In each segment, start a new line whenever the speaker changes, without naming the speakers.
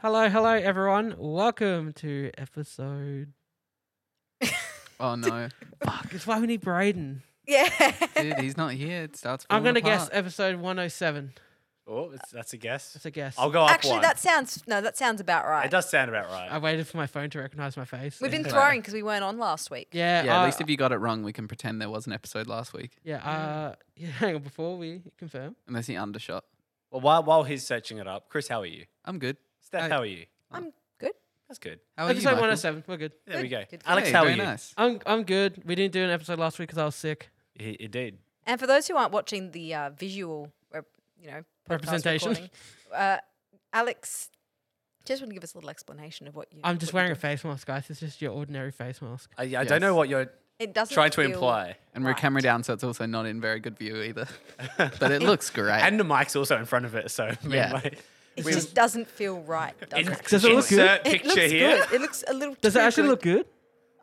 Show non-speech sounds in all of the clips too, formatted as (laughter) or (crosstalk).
Hello, hello, everyone. Welcome to episode.
Oh no,
Fuck, it's why we need Braden.
Yeah.
dude, he's not here. It starts.
I'm
falling
gonna guess
apart.
episode 107.
Oh, it's, that's a guess.
That's a guess.
I'll go up
Actually,
one.
that sounds no, that sounds about right.
It does sound about right.
I waited for my phone to recognize my face.
We've been
and-
Yeah.
throwing because we weren't on last week.
(laughs) Yeah,
Yeah,
uh, I-
at least if you got it wrong, we can pretend there was an episode last week.
Yeah, uh, (laughs) yeah, hang on. Before we confirm,
Unless he undershot.
Well, while, while he's searching it up, Chris, how are you?
I'm good.
Steph,
Hey.
how are you?
I'm good.
That's good.
How are
episode
Oh, you? Michael?
107. We're good.
There we
Good,
go.
good, good.
Alex,
Hey,
how are
very
you?
Nice.
I'm I'm good. We didn't do an episode last week because I was sick.
He, he did.
And for those who aren't watching the uh, visual, rep, you know, podcast
Representation.
recording, uh, Alex, just want to give us a little explanation of what you.
(laughs) I'm just
what you
wearing a
do.
face mask, guys. It's just your ordinary face mask.
I, I don't know
Yes.
what you're
It doesn't
trying to
feel-
imply.
And we're
Right.
camera down, so it's also not in very good view either. but it looks great. (laughs)
And (laughs) the mic's also in front of it, so I mean,
Yeah.
like,
It
we-
just doesn't feel right. Does it?
Does it look good?
(laughs) insert
It
picture
looks
here.
good. It looks a little.
Does it
too
actually
good.
look good?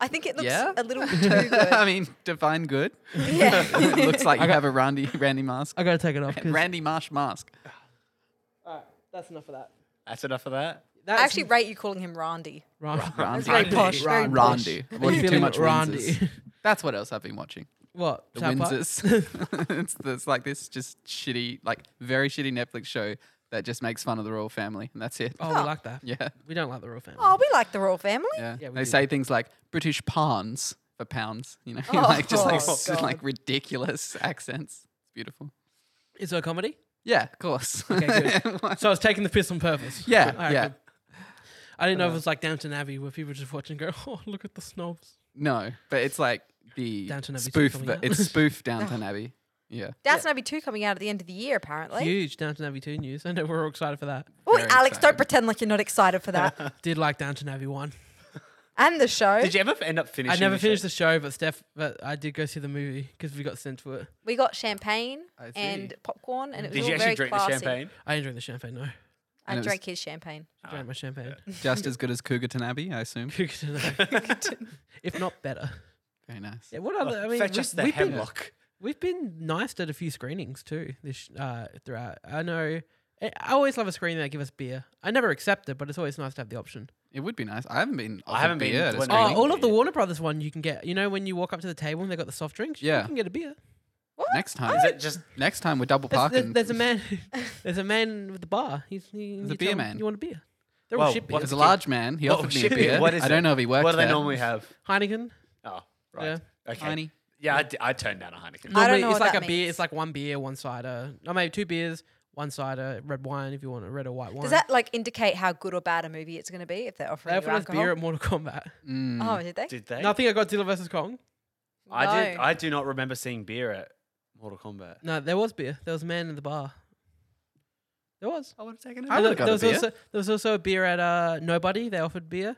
I think it looks
yeah,
a little too
(laughs)
good.
I mean, define good. (laughs)
yeah.
It looks like you have a Randy Randy mask.
I gotta take it off. 'cause-
Randy Marsh mask.
All right, that's enough of that.
That's enough of that.
That's
I actually rate you calling him Randy.
Ron-
Randy.
very posh, very
Randy.
posh.
Randy.
I'm
Well, you too
feeling
much
Randy. (laughs)
Windsors. That's what else I've been watching.
What?
The
South Park?
Windsors. it's, it's like this just shitty, like very shitty Netflix show that just makes fun of the royal family, and that's it.
Oh, we
Oh.
like that.
(laughs) Yeah.
We don't like the royal family.
Oh, we like the royal family.
Yeah.
Yeah, we
they
do.
say things like British pounds for pounds, you know, (laughs)
Oh,
like just like,
oh,
s- just like
God.
ridiculous accents. It's beautiful.
Is it a (laughs) comedy?
Yeah, of course.
Okay, So I was taking the piss on purpose.
yeah,
All right,
yeah. Uh.
good. I didn't know if it was like Downton Abbey where people just watch and go, (laughs) oh, look at the snobs.
(laughs) No, but it's like the
Downton Abbey's
spoof.
coming
ver-
out.
It's spoof Downton Abbey. Yeah.
Downton Abbey 2 coming out at the end of the year, apparently.
Huge Downton Abbey 2 news. I know we're all excited for that.
Oh,
Very
Alex,
excited.
don't pretend like you're not excited for
(laughs)
that.
Did like Downton Abbey 1.
and the show.
Did you ever end up
I
finishing?
never
the
finished
show?
the show, but Steph, but I did go see the movie because we got sent to it.
We got champagne
I see.
(laughs) and popcorn, and it was
Did
all
you
very
actually drink
classy.
the champagne? Oh.
I didn't drink the champagne, no.
I
And it was-
drank his champagne.
Ah,
I drank my champagne. (laughs)
Just as good as Cougarton Abbey, I assume.
Good to know.
(laughs)
if not better.
Very nice.
Yeah, what other? I mean,
Fetch
we-
us the
we've been
hemlock.
We've been nice at a few screenings too. This uh, throughout, I know. I I always love a screening that give us beer. I never accept it, but it's always nice to have the option.
It would be nice. I haven't been.
I
offered
haven't been
beer at a
to an
Oh,
screening.
Really?
all of the Warner Brothers one you can get. You know when you walk up to the table and they got the soft drinks. you
Yeah.
can get a beer.
What?
Next time,
Is it just
next time we're double
There's,
parking.
there's, there's a
(laughs)
man. there's a man with the bar. He's he,
There's a
you
beer
tell him
man.
You want a beer? They're all
Whoa,
shit
what
beers.
There's a large man. He
Whoa,
offered me a
Oh, shit,
beer.
what is
I
it?
don't know if he worked
what do they
there.
normally have?
Heineken.
Oh,
Yeah.
right. Okay.
Tiny.
Yeah, I, d- I turned down a Heineken.
I
Normally,
don't know
it's
what
like
that
a beer.
means.
It's like one beer, one cider. I mean, two beers, one cider, red wine if you want a red or white wine.
Does that like indicate how good or bad a movie it's going to be if they're
they
offering you
offered us
alcohol?
beer at Mortal Kombat.
Mm.
oh, did they?
Did they?
No, I think I got Godzilla versus Kong.
I did.
No.
I do not remember seeing beer at Mortal Kombat.
No, there was beer. There was a man in the bar. There was.
I would have taken it.
I
And
would've
there,
got a
was
beer.
Also, there was also a beer at uh, Nobody. They offered beer.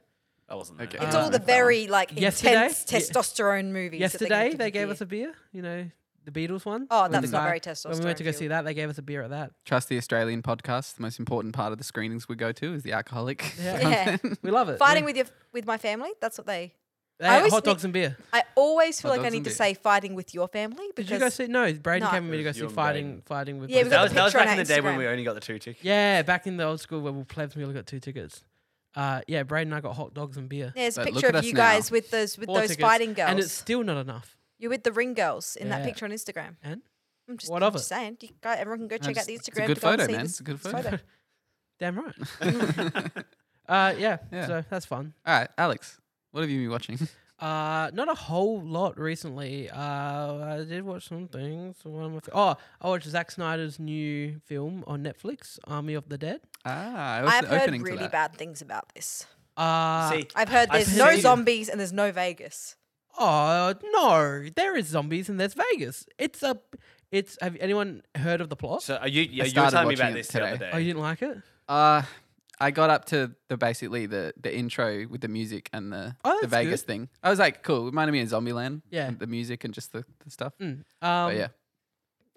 I wasn't.
Okay.
there.
it's
Uh,
all the very like
yesterday?
intense
Yeah.
testosterone movies. that
Yesterday,
give
they
you
gave
beer.
us a beer. You know, the Beatles one.
Oh,
When
that's
the
not
guy-
very testosterone.
When we went to go see that, they gave us a beer at that.
Trust the Australian podcast. The most important part of the screenings we go to is the alcoholic. (laughs)
Yeah.
Yeah.
content.
We love it.
Fighting
We-
with your with my family. That's what they.
they
I
had
always
hot dogs
think-
and beer.
I always feel
Hot
like I
dogs
need
and
to
beer.
say fighting with your family
Did you go
because
see? No, Braden
No.
came with me to
It
go
was
see
you and
fighting,
Braden.
fighting with.
Yeah, we
my
got
that
the
family.
was, that was
picture on
back in the day when
Instagram.
we only got the two tickets.
(laughs)
Yeah, back in the old school where we plebs we only got two tickets. Uh, yeah, Braden and I got hot dogs and beer.
there's a
But look
picture
at
of
us
you
now.
guys with those with
Four
those
tickets,
fighting girls.
and it's still not enough.
You're with the ring girls in
Yeah.
that picture on Instagram.
And?
I'm just,
What
I'm
of
just
it?
saying. You guys, everyone can go check
just-
out the Instagram.
it's a good
to go and
photo,
see
man.
this
It's a good
this
photo.
(laughs) Damn right. uh, yeah,
Yeah.
so that's fun.
All right, Alex, what have you been watching?
Uh, not a whole lot recently. Uh, I did watch some things. One of my f- oh, I watched Zack Snyder's new film on Netflix, Army of the Dead.
Ah, it was
I've
the
heard
opening to
really
that.
bad things about this.
Uh,
See,
I've heard
I've
there's no
seen-
zombies and there's no Vegas.
oh no, there is zombies and there's Vegas. It's a, it's. Have anyone heard of the
Uh,
plot?
So are you, yeah, you were
started
telling me
watching
about
it
this the other
today.
day.
oh, you didn't like it?
Uh, I got up to the basically the the intro with the music and the,
Oh,
the
that's
Vegas thing. I was like, cool. It reminded me of Zombieland.
Yeah.
and the music and just the, the stuff.
Mm. Um,
Oh,
but yeah,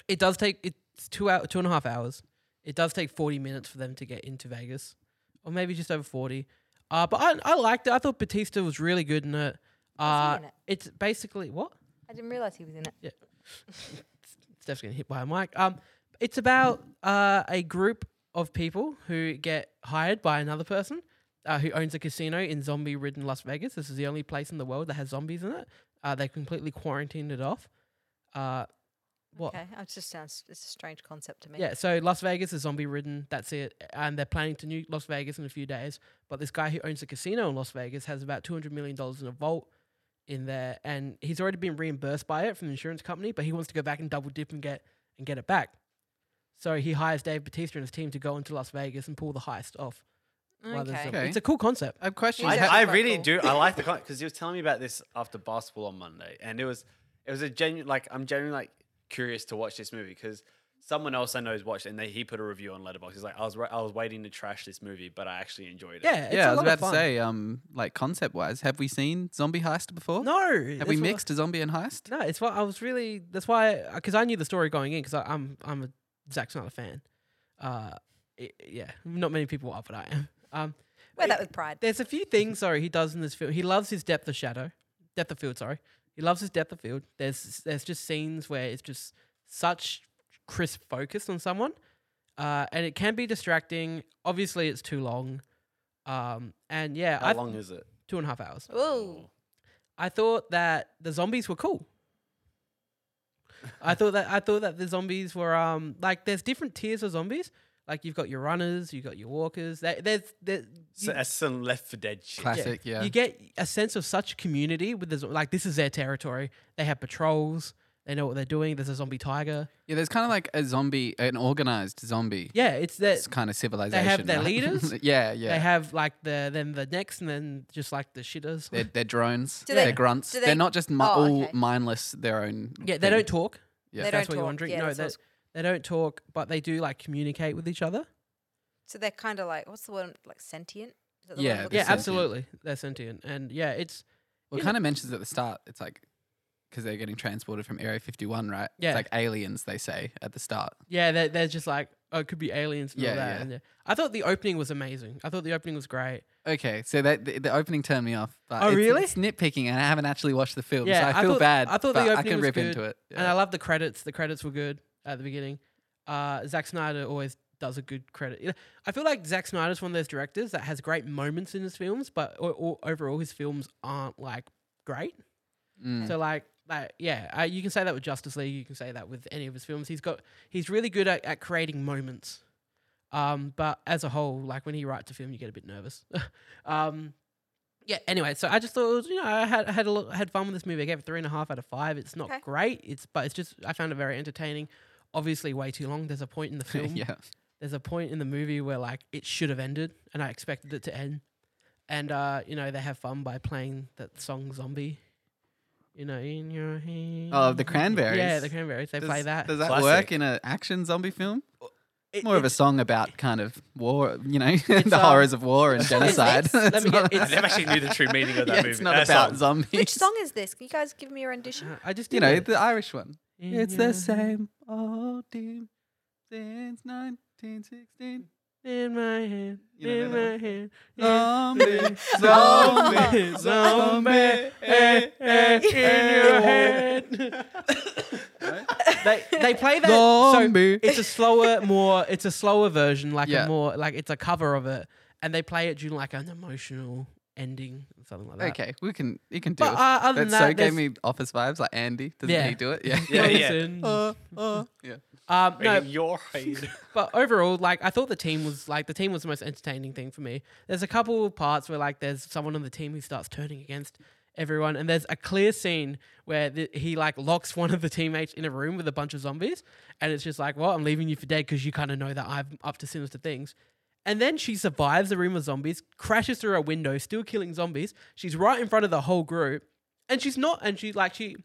it does take it's two hour, two and a half hours. It does take forty minutes for them to get into Vegas, or maybe just over forty. Uh, but I, I liked it. I thought Batista was really good in it. Uh,
in it?
it's basically what
I didn't realize he was in it.
Steph's getting hit by a mic. Um, it's about uh, a group of people who get hired by another person uh, who owns a casino in zombie-ridden Las Vegas. This is the only place in the world that has zombies in it. Uh, they completely quarantined it off. Uh, what?
Okay, it just sounds it's a strange concept to me.
Yeah, so Las Vegas is zombie ridden. That's it. And they're planning to nuke Las Vegas in a few days. But this guy who owns the casino in Las Vegas has about $200 million in a vault in there. And he's already been reimbursed by it from the insurance company, but he wants to go back and double dip and get, and get it back. So he hires Dave Batista and his team to go into Las Vegas and pull the heist off. while there's
Okay.
zombies.
Okay.
It's a cool concept.
I have questions.
I,
She's
How-
had-
I
quite
really
cool.
do. I like the because he was telling me about this after basketball on Monday, and it was it was a genuine like I'm genuinely like curious to watch this movie because someone else I know has watched it, and they, he put a review on Letterboxd. He's like, I was ri- I was waiting to trash this movie, but I actually enjoyed it.
Yeah, it's
yeah,
a
I was
lot of
about to
fun.
say, um, like concept wise, have we seen Zombie Heist before?
No.
Have we
that's what-
mixed a zombie and heist?
No, it's what I was really. That's why, because I knew the story going in, because I'm I'm a Zack Snyder fan. Uh, i yeah, not many people are, but I am. Um,
Wear that with pride.
there's a few things sorry he does in this film. He loves his depth of shadow, depth of field. Sorry, he loves his depth of field. There's there's just scenes where it's just such crisp focus on someone, uh, and it can be distracting. Obviously, it's too long. Um, and yeah,
How
I
long is it?
two and a half hours.
Ooh,
I thought that the zombies were cool. I thought that I thought that the zombies were um like there's different tiers of zombies. Like you've got your runners, you've got your walkers. There, there's there,
So, that's some Left for Dead shit.
yeah.
Classic, yeah.
You get a sense of such community with the zo- like this is their territory. They have patrols. They know what they're doing. There's a zombie tiger.
Yeah, there's kind of like a zombie, an organized zombie.
Yeah, it's that
It's kind of civilization.
their
right? (laughs)
leaders.
yeah, yeah.
they have like the then the next and then just like the shitters.
They're, they're drones.
Do
they,
they-
are grunts.
do
They,
they-
are not just mi-
Oh,
all
okay.
mindless. Their own.
yeah, they
thing.
don't talk.
Yeah.
they
That's
don't
what you're
talk.
wondering.
Yeah,
no,
that's
they,
what's-
they don't talk, but they do like communicate with each other.
so they're kind of like what's the word like sentient? Is that the word
Yeah,
I'm looking
yeah,
for?
sentient.
absolutely. They're sentient, and yeah, it's
Well,
Yeah.
it kind of mentions at the start. It's like because they're getting transported from Area 51, right?
Yeah.
It's like aliens. They say at the start.
yeah, they're, they're just like oh, it could be aliens and all
Yeah,
that.
yeah.
And yeah. I thought the opening was amazing. I thought the opening was great.
Okay, so that the, the opening turned me off. But
Oh,
it's,
really?
It's nitpicking, and I haven't actually watched the film,
Yeah,
so
I
I feel
thought-
bad.
I thought the
but I
opening
can
was
rip
good,
into it.
And
yeah.
I love the credits. The credits were good at the beginning. Uh, Zack Snyder always does a good credit. Yeah, I feel like Zack Snyder's one of those directors that has great moments in his films, but o- o- overall his films aren't like great.
Mm.
So like, like yeah, uh, you can say that with Justice League. You can say that with any of his films. He's got he's really good at, at creating moments. Um, but as a whole, like when he writes a film, you get a bit nervous. (laughs) um, yeah. Anyway, so I just thought it was, you know I had I had a lot, had fun with this movie. I gave it three and a half out of five. It's not
Okay.
great. It's but it's just I found it very entertaining. Obviously, way too long. There's a point in the film
(laughs) yeah.
there's a point in the movie where like it should have ended and I expected it to end. And uh, you know, they have fun by playing that song Zombie. You know, in your hand.
Oh, the Cranberries.
Yeah, the cranberries. They
Does,
play that.
Does that
Classic.
work in an action zombie film?
It-
More of a
it's-
song about kind of war, you know, (laughs) the
um,
horrors of war and
it's-
genocide.
it's- let
It's
me
not-
get-
I
(laughs)
never actually knew the true meaning of that
yeah,
movie.
it's not
That's
about
not-
zombies.
Which song is this? Can you guys give me a rendition?
Uh, I just
You
did
know,
it.
the Irish one.
In
it's
your
the same old team since 1916.
In my hand.
You know
in
that
my
one? Oh,
hand.
Zombie,
(laughs) Zombie, zombie,
zombie, zombie,
eh, eh, in your hand.
eh.
(laughs) they they play that. so- it's a slower, more it's a slower version, like
Yeah.
a more like it's a cover of it, and they play it during like an emotional ending or something like that.
okay, we can you can do
But
it.
uh, other than
That
that,
so gave
there's-
me office vibes, like Andy. Doesn't
(laughs) Yeah.
he do it? Yeah.
Yeah, yeah.
Listen.
(laughs) Uh,
(laughs)
uh, yeah.
um,
Wait,
no,
Your eyes.
(laughs)
but overall, like I thought the team was like the team was the most entertaining thing for me. There's a couple of parts where like there's someone on the team who starts turning against everyone, and there's a clear scene where the, he like locks one of the teammates in a room with a bunch of zombies, and it's just like, well, I'm leaving you for dead because you kind of know that I'm up to sinister things. And then she survives the room of zombies, crashes through a window, still killing zombies. She's right in front of the whole group, and she's not, and she's like she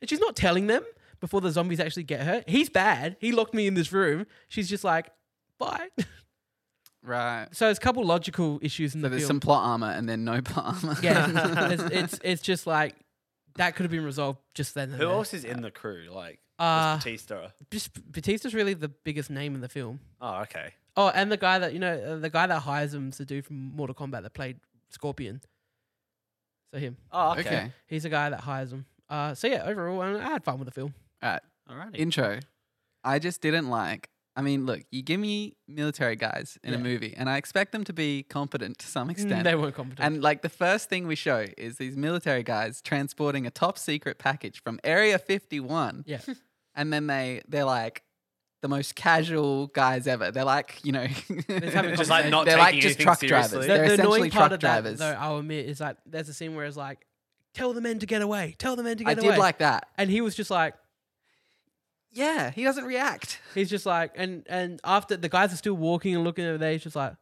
and she's not telling them before the zombies actually get her. He's bad. He locked me in this room. She's just like, bye. (laughs)
Right.
so there's a couple logical issues in
So
the
there's
film.
some plot armor and then no plot armor. (laughs)
yeah, (laughs) it's, it's it's just like that could have been resolved just then. and
Who
there.
else is in the crew? Like
Uh,
there's Batista.
Just Batista's really the biggest name in the film.
Oh, okay.
Oh, and the guy that you know, uh, the guy that hires him to do from Mortal Kombat that played Scorpion. So him,
Oh,
okay.
okay.
he's the guy that hires him. Uh, so yeah, overall, I I had fun with the film.
All right.
Alrighty.
Intro. I just didn't like. I mean, look, you give me military guys in a
Yeah.
movie, and I expect them to be competent to some
Mm,
extent.
They weren't competent.
And like the first thing we show is these military guys transporting a top secret package from Area 51.
yeah.
And then they they're like the most casual guys ever. They're like, you know, (laughs)
having
Just like not
they're like
taking
just
anything
truck drivers.
seriously.
The,
They're
the
essentially
annoying part
truck
of
drivers.
that, though, I'll admit, is like there's a scene where it's like, tell the men to get away, tell the men to
I
get away.
did like that.
and he was just like,
Yeah, he doesn't react.
he's just like, and and after the guys are still walking and looking over there, he's just like,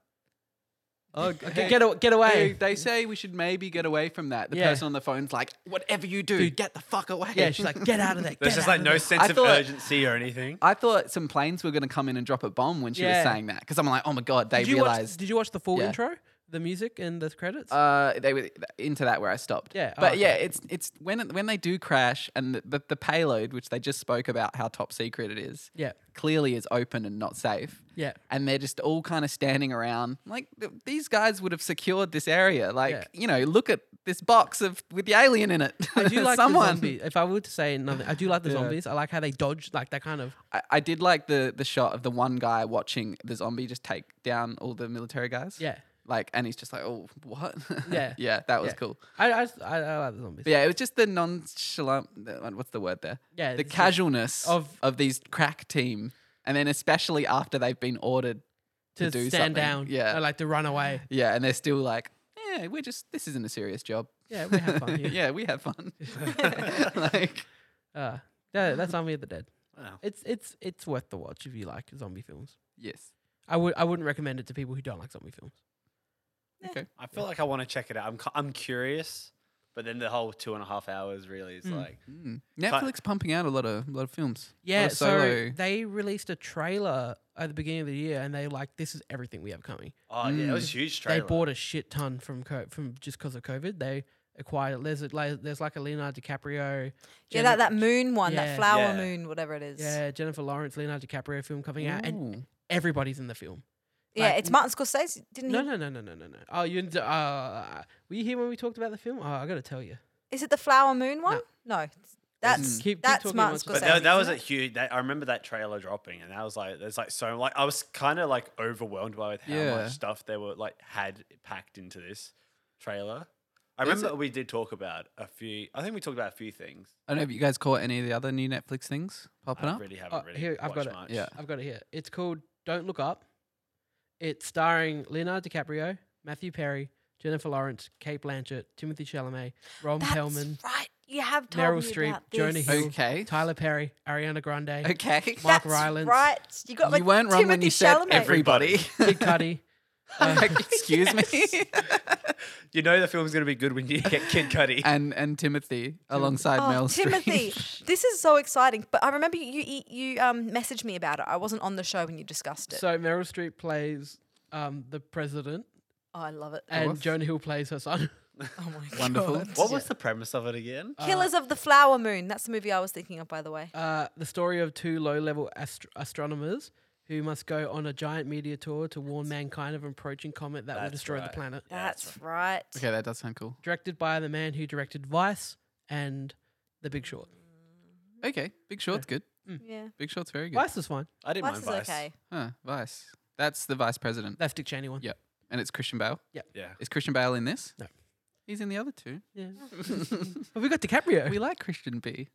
Oh,
(laughs) okay, get, aw- get
They,
away.
they say we should maybe get away from that. The
Yeah.
person on the phone's like, "Whatever you do,
Dude.
get the fuck away."
yeah, she's like, get out of there.
There's
get
just
out
like
of
no
there."
sense
I
of
thought-
urgency or anything.
(laughs) I thought some planes were going to come in and drop a bomb when she
Yeah.
was saying that because I'm like, "Oh my god!" They
Did you watch?
realized
Did you watch the full
Yeah.
intro, the music and the credits?
uh, they were into that where I stopped.
Yeah, oh,
but
okay.
yeah, it's it's when it, when they do crash and the, the the payload, which they just spoke about how top secret it is,
yeah,
clearly is open and not safe. (laughs)
yeah.
and they're just all kind of standing around like th- these guys would have secured this area like
Yeah.
you know look at this box of with the alien in it
I
(laughs)
do like
someone
the zombies. If I were to say nothing, I do like the
Yeah.
zombies. I like how they dodge, like that kind of.
I, I did like the the shot of the one guy watching the zombie just take down all the military guys
Yeah,
like and he's just like oh what (laughs)
Yeah.
yeah that was
Yeah.
cool
I I, I, I like the zombies.
but yeah it was just the nonchalant the- what's the word there
Yeah,
the
it's just-
casualness of
of-
of these crack team and then especially after they've been ordered
to,
to do
stand
something.
down.
Yeah.
or, like to run away.
yeah and they're still like yeah we're just this isn't a serious job
Yeah, we have fun. Here.
(laughs) yeah, we
(laughs)
have fun. like,
Uh, that, that's Army of the Dead.
Wow.
It's it's it's worth the watch if you like zombie films.
yes.
I would I wouldn't recommend it to people who don't like zombie films.
I feel like I want to check it out. I'm cu- I'm curious, but then the whole two and a half hours really is
Mm.
like
Mm. Netflix pumping out a lot of lot of films. A lot
Yeah,
of
so
solo.
they released a trailer at the beginning of the year, and they like this is everything we have coming.
oh yeah, it
Mm.
was a huge trailer.
They bought a shit ton from co- from just because of COVID. They acquired there's a, like, there's like a Leonardo DiCaprio.
Yeah,
Jenni-
that, that moon one,
Yeah.
that flower
Yeah.
moon, whatever it is. Yeah,
yeah Jennifer Lawrence Leonardo DiCaprio film coming out, and
Ooh.
everybody's in the film. like-
it's Martin Scorsese, didn't
No,
he?
no, no, no, no, no, no. Oh, you didn't- uh, were you here when we talked about the film? Oh, I gotta tell you.
Is it the flower moon one? No, that's
Keep- keep
that's
talking
Martin
once-
Scorsese.
but that, that was a
isn't it?
huge. That, I remember that trailer dropping, and that was like, there's like so like I was kind of like overwhelmed by with how
Yeah.
much stuff they were like had packed into this trailer. I
There's
remember we did talk about a few. I think we talked about a few things.
I don't know if you guys caught any of the other new Netflix things popping
I
up.
really haven't
Oh,
really
here, I've got
watched
it.
much.
Yeah.
I've got it here. It's called Don't Look Up. It's starring Leonardo DiCaprio, Matthew Perry, Jennifer Lawrence, Kate Blanchett, Timothy Chalamet, Ron
That's (laughs)
Pellman,
right. You have told
Meryl
me
Streep,
about
Jonah
this.
Hill,
Okay.
Tyler Perry, Ariana Grande,
(laughs) Okay.
Mark
That's
Rylance,
right. You got like
you weren't wrong when
Timothy
you said
Chalamet.
everybody.
Kid Cudi. (laughs)
Like, (laughs) excuse me.
(laughs) You know the film's gonna be good when you get Kid Cudi.
and and Timothy alongside
Oh,
Mel Meryl Streep.
Timothy, this is so exciting. But I remember you you, you um, messaged me about it. I wasn't on the show when you discussed it.
So Meryl Streep plays um, the president,
oh, I love it.
and Uh,
course.
Jonah Hill plays her son. (laughs)
oh my
Wonderful.
God.
what was the premise of it again?
Killers of the Flower Moon. That's the movie I was thinking of, by the way.
Uh, the story of two low-level astro- astronomers who must go on a giant meteor tour to warn mankind of an approaching comet that will
That's
destroy the
right.
planet.
That's,
(laughs)
right.
(laughs) Okay, that does sound cool.
directed by the man who directed Vice and The Big Short.
Okay, Big Short's good.
Yeah.
Big Short's very good.
Vice is fine.
I didn't
Vice
mind
is
Vice.
okay.
Huh, Vice. That's the vice president.
That's Dick Cheney one.
Yeah. And it's Christian Bale.
Yeah.
Is Christian Bale in this?
No.
He's in the other
(laughs)
two.
Yeah. but we got DiCaprio.
We like Christian B.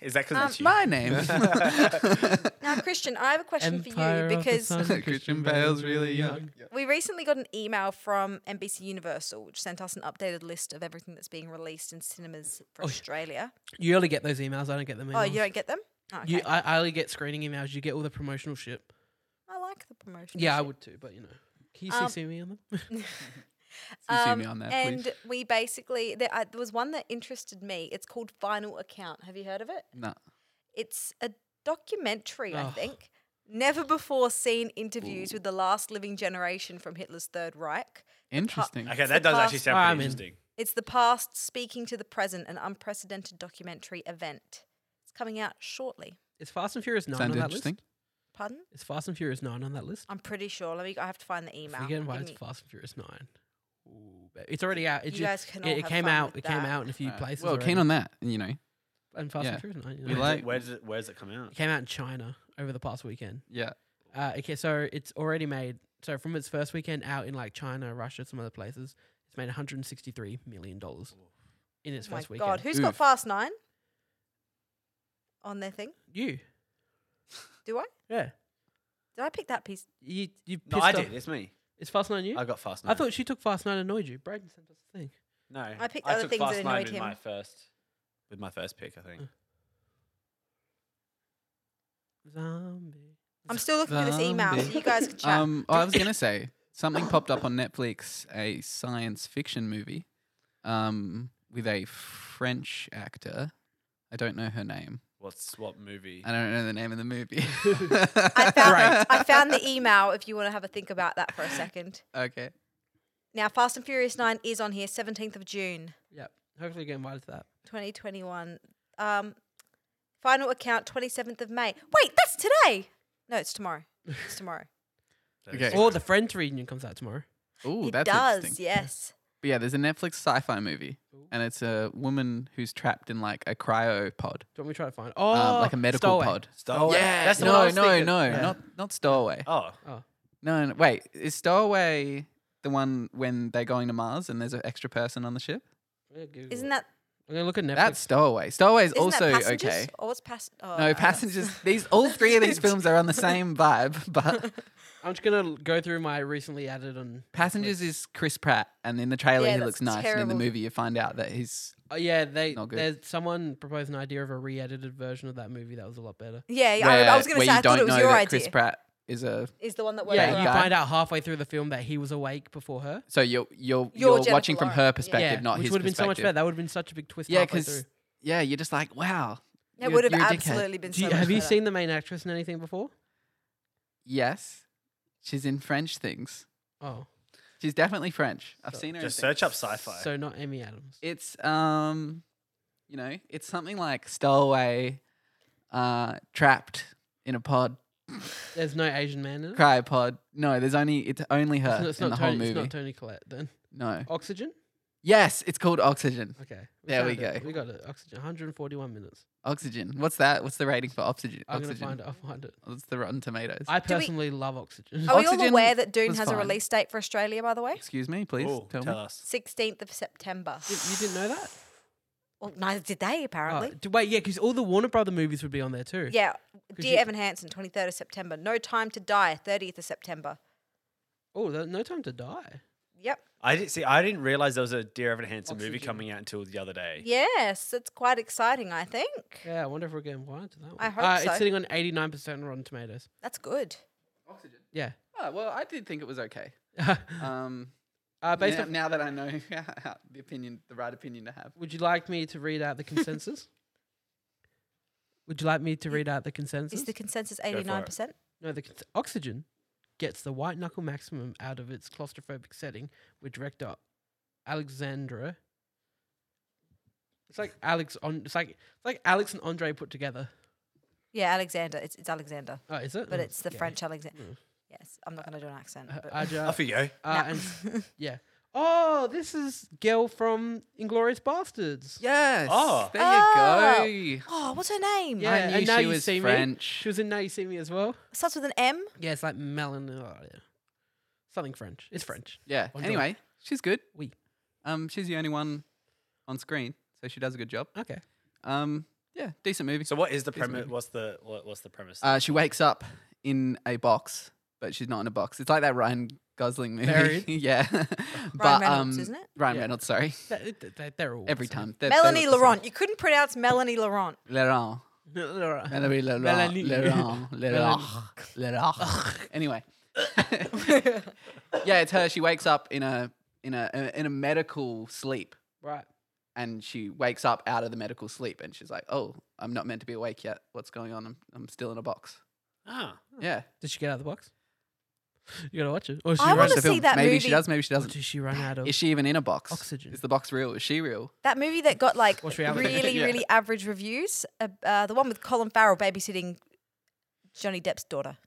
Is that because
Um,
it's you?
My
(laughs)
name. (laughs)
Now, Christian, I have a question
Empire
for you
of the
because
Sun,
(laughs) Christian Bale's really young.
we recently got an email from NBC Universal, which sent us an updated list of everything that's being released in cinemas for
Oh, sh-
Australia.
You only get those emails. I don't get them. Emails.
Oh, you don't get them? Oh, okay.
You, uh, I, I only get screening emails. You get all the promotional shit.
I like the promotion.
Yeah, I would too, but you know. Can you
Um,
CC me on them?
CC
Um,
me on that,
and
please.
we basically there, I, there was one that interested me. It's called Final Account. Have you heard of it?
No.
It's a documentary, I
Oh.
think. Never before seen interviews with the last living generation from Hitler's Third Reich.
Interesting.
Okay,
It's
that
the
does actually
past-
sound
Ah,
pretty
I'm in.
interesting.
It's the past speaking to the present, an unprecedented documentary event. It's coming out shortly.
Is Fast and Furious 9
Sounds
on that list?
interesting.
Pardon?
Is Fast and Furious 9 on that list?
I'm pretty sure. Let me. I have to find the
If
email.
we get
Give
invited
me-
to Fast and Furious 9. Ooh, ba- it's already out. It
You
ju-
guys can
it-
all
it
have
came
fun
out.
with
It came
that.
out in a few
Uh,
places.
well,
already.
keen on that, you know.
And Fast
yeah.
and Furious 9. You
We
know.
like-
Where does it, where does it come out?
It came out in China. over the past weekend.
Yeah.
Uh, okay, so it's already made. So from its first weekend out in like China, Russia, some other places, it's made 163 million dollars in its
Oh
my
first weekend.
God, who's got
Oof.
Fast Nine on their thing?
You?
Do I?
Yeah.
Did I pick that piece?
You you pissed
No, I
off-
did. It's me.
It's Fast Nine you?
I got fast. Nine.
I thought she took Fast Nine and annoyed you. Braden sent us a thing.
no.
I picked other
took
things that
Fast Nine
annoyed
with
him. Mm.
My first, with my first pick, I think.
Zombie.
I'm still looking for this email, so
Zombie.
you guys can chat.
Um, I was gonna say something popped up on Netflix, a science fiction movie, um, with a French actor. I don't know her name.
What's what movie?
I don't know the name of the
(laughs)
movie. (laughs)
I found I found the email. If you want to have a think about that for a second.
Okay.
Now, Fast and Furious Nine is on here, 17th of June.
Yep. Hopefully, you get invited to that.
2021. Um, final account 27th of May. Wait, that's today. No, it's tomorrow. It's tomorrow.
That is
Okay.
it.
Or the Friends reunion comes out tomorrow.
(laughs) Ooh,
it
that's
does,
interesting.
yes.
But yeah, there's a Netflix sci-fi movie, and it's a woman who's trapped in like a cryo pod,
Do you want me to try to find? Oh,
um, like a medical
Stowaway.
pod.
Stowaway.
Oh, Yeah,
That's the
no,
one I was
no,
thinking.
no,
Yeah.
not not Stowaway.
Oh,
No, no, wait, is Stowaway the one when they're going to Mars and there's an extra person on the ship?
I'm gonna Google
Isn't
it.
that
I'm gonna look at Netflix.
That's Stowaway. Stowaway is
isn't
also
that passengers?
okay.
Or what's pass? Oh,
No, passengers. These all three of
(laughs)
these films are on the same vibe,
(laughs)
but
I'm just gonna l- go through my recently added on.
passengers is Chris Pratt, and in the trailer
Yeah,
he
that's
looks nice, and in
terrible.
the movie you find out that he's
Oh yeah, they
Not good.
there's someone proposed an idea of a re-edited version of that movie that was a lot better.
Yeah, yeah, I,
where,
I was going to
where
say,
you
I
don't
thought it was
know
your
that
idea.
Chris Pratt is a.
is the one that worked
Yeah,
that
you
guy.
find out halfway through the film that he was awake before her.
So you're you're
You're
you're,
Jennifer
watching from her
Lawrence, yeah.
perspective,
yeah,
not
which
his
would have been so much better.
perspective.
That would have been such a big twist.
Yeah,
halfway
because
through.
yeah, you're just like wow.
It
You're-
would have
you're a dickhead.
absolutely been
Do
so
you,
much
have you
better.
seen the main actress in anything before?
Yes, she's in French things.
Oh,
She's definitely French. I've
So-
seen her. in
just
things.
search up sci-fi.
so not Amy Adams.
It's um, you know, it's something like stowaway, uh, trapped in a pod, (laughs)
There's no Asian man in it.
cryopod. No, there's only it's only her
It's not, it's
in
not
the
Tony,
whole movie.
It's not Tony Collette then.
no.
Oxygen.
Yes, it's called Oxygen.
Okay.
There we
found it.
go.
We got it. Oxygen. 141 minutes.
Oxygen. What's that? What's the rating for Oxygen?
I'm gonna
oxygen.
find it. I'll find it.
What's the Rotten Tomatoes?
I
Do we-
personally love Oxygen.
Are we all
Oxygen
aware that Dune
was
has a
fine.
release date for Australia, by the way?
Excuse me, please
Ooh,
tell,
tell
me.
us.
16th of September.
You, you didn't know that?
Well, neither did they,
Oh,
apparently.
d- wait, yeah, because all the Warner Brother movies would be on there too.
yeah. Dear
you-
Evan Hansen, 23rd of September. No Time to Die, 30th of September.
Oh, there- No Time to Die.
Yep.
I didn't see. I didn't realize there was a Dear Evan Hansen movie
Oxygen.
coming out until the other day.
Yes, it's quite exciting, I think.
Yeah, I wonder if we're getting invited to that one.
I hope
uh,
so.
It's sitting on 89% on Rotten Tomatoes.
That's good.
Oxygen.
Yeah.
Oh well, I did think it
(sighs)
was okay. Um,
uh, based
now,
on,
now that I know (laughs) how, the opinion, the right opinion to have.
would you like me to read out the consensus? would you like me to read out the consensus?
Is the consensus
for it.
89%?
No, the cons- oxygen gets the white knuckle maximum out of its claustrophobic setting with director Alexandra. It's like Alex on. It's like it's like Alex and Andre put together.
Yeah, Alexander. It's, it's Alexander,
Oh, is it?
but
Oh,
it's the
yeah.
French Alexander.
Mm.
Yes, I'm not going to do an accent.
Uh,
But
Aja-
Off you go.
uh,
No.
and s- yeah. Oh, this is Gail from Inglorious Bastards.
Yes.
Oh.
There
Oh.
you go.
(laughs) oh, what's her name?
Yeah,
I knew
Ah. and now
she
you
was
see me.
French.
She was in Now You See Me as well.
Starts with an M.
Yeah, it's like melon. Oh, yeah. Something French. It's French.
Yeah.
Bonjour.
Anyway, she's good.
Oui.
Um, she's the only one on screen, so she does a good job.
Okay.
Um, yeah, decent movie.
So what is the
Excuse
premise?
me.
What's the what, what's the premise?
uh, she wakes up in a box, but she's not in a box. It's like that Ryan Gosling movie.
Buried.
(laughs) yeah. um,
Ryan
um,
Reynolds, isn't it?
Ryan
Yeah.
Reynolds. Sorry.
They- they- they- They're all
Every
the (laughs) same.
time. They- they
Melanie
look the same.
Laurent. You couldn't pronounce Melanie Laurent.
Laurent. Melanie Laurent.
Melanie. (laughs)
Laurent. Laurent. Laurent. Anyway. yeah, it's her. She wakes up in a in a in a medical sleep.
Right.
and she wakes up out of the medical sleep and she's like, "Oh, I'm not meant to be awake yet. What's going on? I'm, I'm still in a box."
Ah.
Yeah,
Did she get out of the box? You gotta watch it. Or she
I
run,
wanna
The
see that
maybe
movie.
she does, maybe she
or
doesn't.
did she run out of?
Is she even in a box?
Oxygen.
Is the box real? Is she real?
That movie that got like
What's reality? (laughs)
really,
Yeah.
really average reviews. Uh, uh, the one with Colin Farrell babysitting Johnny Depp's daughter,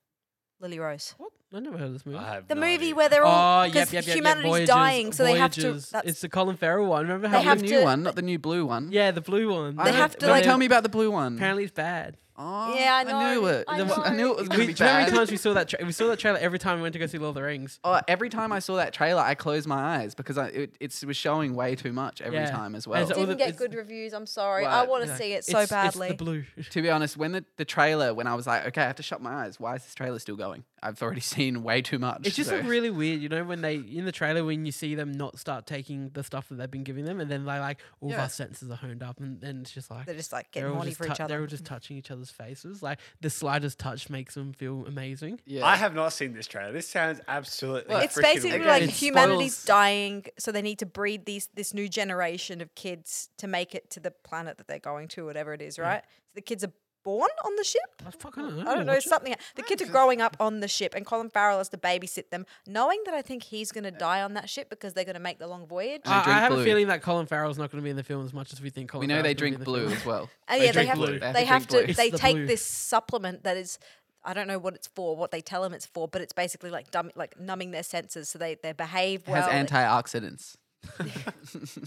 Lily Rose.
What? I never heard of this movie.
I
Uh,
have
The
no
movie
idea.
where they're all
oh, yep,
because
yep, yep,
humanity's
yep. Voyages,
dying, so they have to.
Voyages.
That's,
It's the Colin Farrell one. Remember
They
how?
Not
we-
have
the
to-
new one, not the new blue one.
(laughs) yeah, the blue one.
I
They
don't-
have to,
Don't
like-
tell me about the blue one.
Apparently, it's bad.
Oh,
Yeah, I
knew
know,
it.
I
I,
know.
knew it was
We,
going to be
do you know how
bad.
many times we saw that? Tra- we saw that trailer every time we went to go see Lord of the Rings.
Oh, every time I saw that trailer, I closed my eyes because I, it, it's, it was showing way too much every
Yeah.
time as
And
well.
it's all
Didn't
the-
get
it's-
good reviews. I'm sorry. I
Right.
want to
Yeah.
see
It's-
it so badly.
It's the blue.
to be honest, when the, the trailer, when I was like, okay, I have to shut my eyes. Why is this trailer still going? I've already (laughs) seen way too much.
It's just
so-
really weird, you know, when they in the trailer when you see them not start taking the stuff that they've been giving them, and then they like all of
Yeah.
our senses are honed up, and then it's just like
They're just like
they're
getting
all
horny
just
for
tou-
each
They're all
other.
just touching each other's faces. Like the slightest touch makes them feel amazing.
Yeah.
I have not seen this trailer. This sounds absolutely.
Well,
It's
freaking
basically
weird.
like
It
humanity's
spoils-
dying, so they need to breed these this new generation of kids to make it to the planet that they're going to, whatever it is, right? So the kids are born on the ship.
I fucking don't know.
I don't know
watch it.
something. The kids are growing up on the ship, and Colin Farrell has to babysit them, knowing that I think he's going to die on that ship because they're going to make the long voyage.
And they
I, I
drink
have
blue.
a feeling that Colin Farrell's not going to be in the film as much as we think. Colin
We know they
Farrell's gonna be
drink blue
in the
as
film.
(laughs)
well.
And
They
Oh, yeah, they
drink
have
blue.
to.
They
have
They
to
have
drink
to.
blue.
It's
They
the
take
blue.
this supplement that is. I don't know what it's for. What they tell them it's for, but it's basically like dumb, like numbing their senses, so they they behave
It
well.
has antioxidants.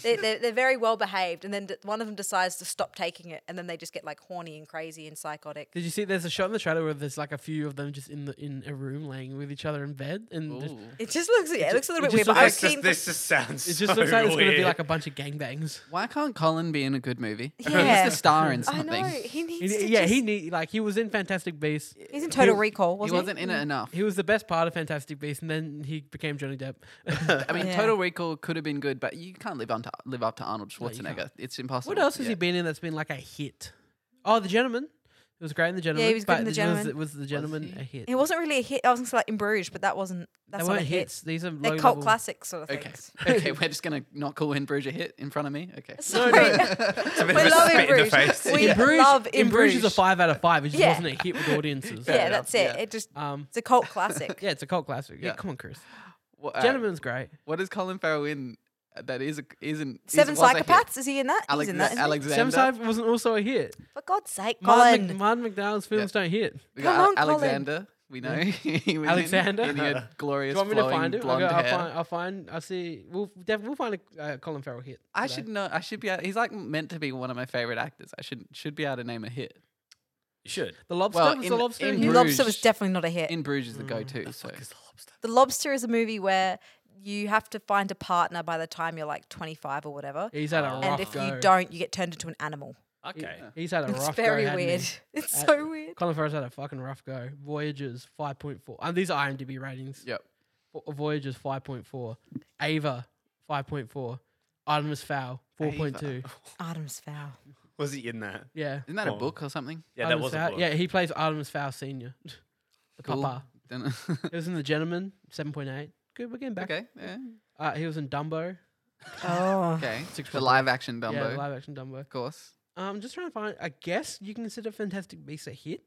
they, they're, they're very well behaved, and then d- one of them decides to stop taking it, and then they just get like horny and crazy and psychotic.
Did you see? There's a shot in the trailer where there's like a few of them just in the in a room laying with each other in bed, and just,
Ooh.
It just looks. Yeah, it looks a little
it
bit weird.
just
But I was
This
looks
keen.
just,
For,
this just sounds.
it just
so
looks like it's going to be
weird.
like a bunch of gangbangs.
Why can't Colin be in a good movie? (laughs)
Yeah.
He's the star in
I
something.
know he needs. to
yeah,
just,
he need like he was in Fantastic Beasts.
He's in Total
he- Mm.
Recall,
He
wasn't he?
wasn't in it enough.
He was the best part of Fantastic Beasts, and then he became Johnny Depp.
I mean,
Yeah.
Total Recall could have been good, but you can't live on to, live up to Arnold
No, you
Schwarzenegger.
can't.
it's impossible.
what else has
Oh, Yeah.
he been in that's been like a hit? Oh, The Gentleman. It was great in The Gentleman.
was good in
but
The
was-
Gentleman.
Was, The Gentleman
he?
a hit?
It wasn't really a hit. I was gonna say like in Bruges, but that wasn't. That's
they
not
weren't
a hit.
hits. These are
They're
low
cult
level-
classics sort of
Okay.
(laughs)
things.
(laughs) okay, we're just gonna not call in Bruges a hit in front of me. Okay.
Sorry.
(laughs) It's a bit
we
of a
love in
spit in the
Bruges.
face.
We
In Bruges,
love in,
Bruges.
Bruges.
is a five out of five. It just
Yeah.
wasn't a hit with audiences.
(laughs) Yeah,
enough,
that's it.
yeah.
It just
Um.
it's a cult
(laughs)
classic.
Yeah, it's a cult classic. Yeah,
Yeah.
come on, Chris.
Wha- uh,
Gentleman's great.
What is Colin Farrell in that is a, isn't is-
Seven
was a hit?
Psychopaths. Is he in that?
Alex-
He's in that. isn't he?
Alexander.
Sam Side wasn't also a hit.
For God's sake,
Martin,
Colin.
Mc, Martin McDonald's films don't hit.
We got
Come
Ale-
on, Colin.
Alexander. We know. (laughs) He was in-
Alexander?
And he had glorious
Do you want me to
flowing
find him? I'll,
blonde
go, I'll
hair.
find. I'll find. I'll see. We'll def- we'll find a uh, Colin Farrell hit.
I
today.
should know. I should be. Able, he's like meant to be one of my favorite actors. I should should be able to name a hit.
You should.
The lobster.
Well,
was
in-
the lobster.
in
a hit?
Bruges-
Lobster was definitely not a hit.
In Bruges is the
Mm.
go-to. So
Fuck is the lobster?
The Lobster is a movie where you have to find a partner by the time you're like 25 or whatever.
He's had a rough
and if
go.
you don't, you get turned into an animal.
Okay.
he's had a
It's
rough go.
very
hadn't he?
weird. (laughs) It's
Uh, (laughs)
so weird.
Colin Farrell's had a fucking rough go. Voyagers 5.4. And Um, these are IMDb ratings.
yep.
Vo- Voyagers 5.4. Ava 5.4. Artemis Fowl 4.2. (laughs)
Artemis Fowl.
Was he in that?
Yeah.
Isn't that a
Oh.
book or something?
Yeah, that
Artemis
was a
Fowl-
book.
Yeah, he plays Artemis Fowl Senior. (laughs) the
Cool.
papa.
Dunno. (laughs)
He was in The Gentleman 7.8. Good, we're getting back.
okay. Yeah.
Uh, he was in Dumbo.
Oh.
(laughs)
Okay.
Six
the
point
live action Dumbo,
Yeah, live action Dumbo.
of course.
Um, just trying to find. I guess you can consider Fantastic Beasts a hit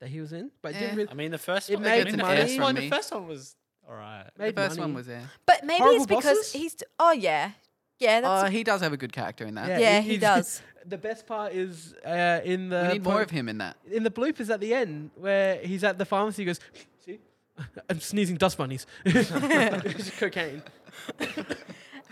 that he was in, but it
Eh.
didn't really.
I mean, the first
It
one.
made
the
money.
first one.
Me.
The first one was all right.
Made
the first one
money.
was there.
But maybe
Horrible
it's because
Bosses?
he's. Oh, yeah. Yeah,
Oh,
that's.
he does have a good character in that.
Yeah,
yeah,
he-
he
he's-
does.
The best part is uh, in the.
we need more
point-
of him in that.
in the bloopers at the end where he's at the pharmacy. He goes, "See, (laughs) I'm sneezing dust
(laughs)
bunnies. (laughs) it's just cocaine.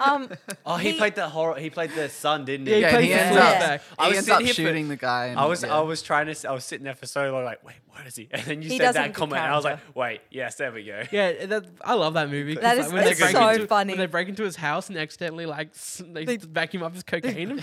Um,
Oh, he,
He-
played the horror. He played the son, didn't
Yeah,
he?
he
and
plays
he
the
ends
flute
up,
back.
he
I was
ends
sitting
up
here for-
shooting the guy. And,
I was
yeah.
I was trying to. s- I was sitting there for so long, like, wait, what is he? And then you
He
said
does have a
that
good
comment, and I was like,
character.
wait, yes, there we go.
Yeah, that, I love that movie. 'cause,
That
like,
is-
when they
it's
break
so
into,
funny.
When they break into his house and accidentally like s- they
They-
back him up as
(laughs)
cocaine.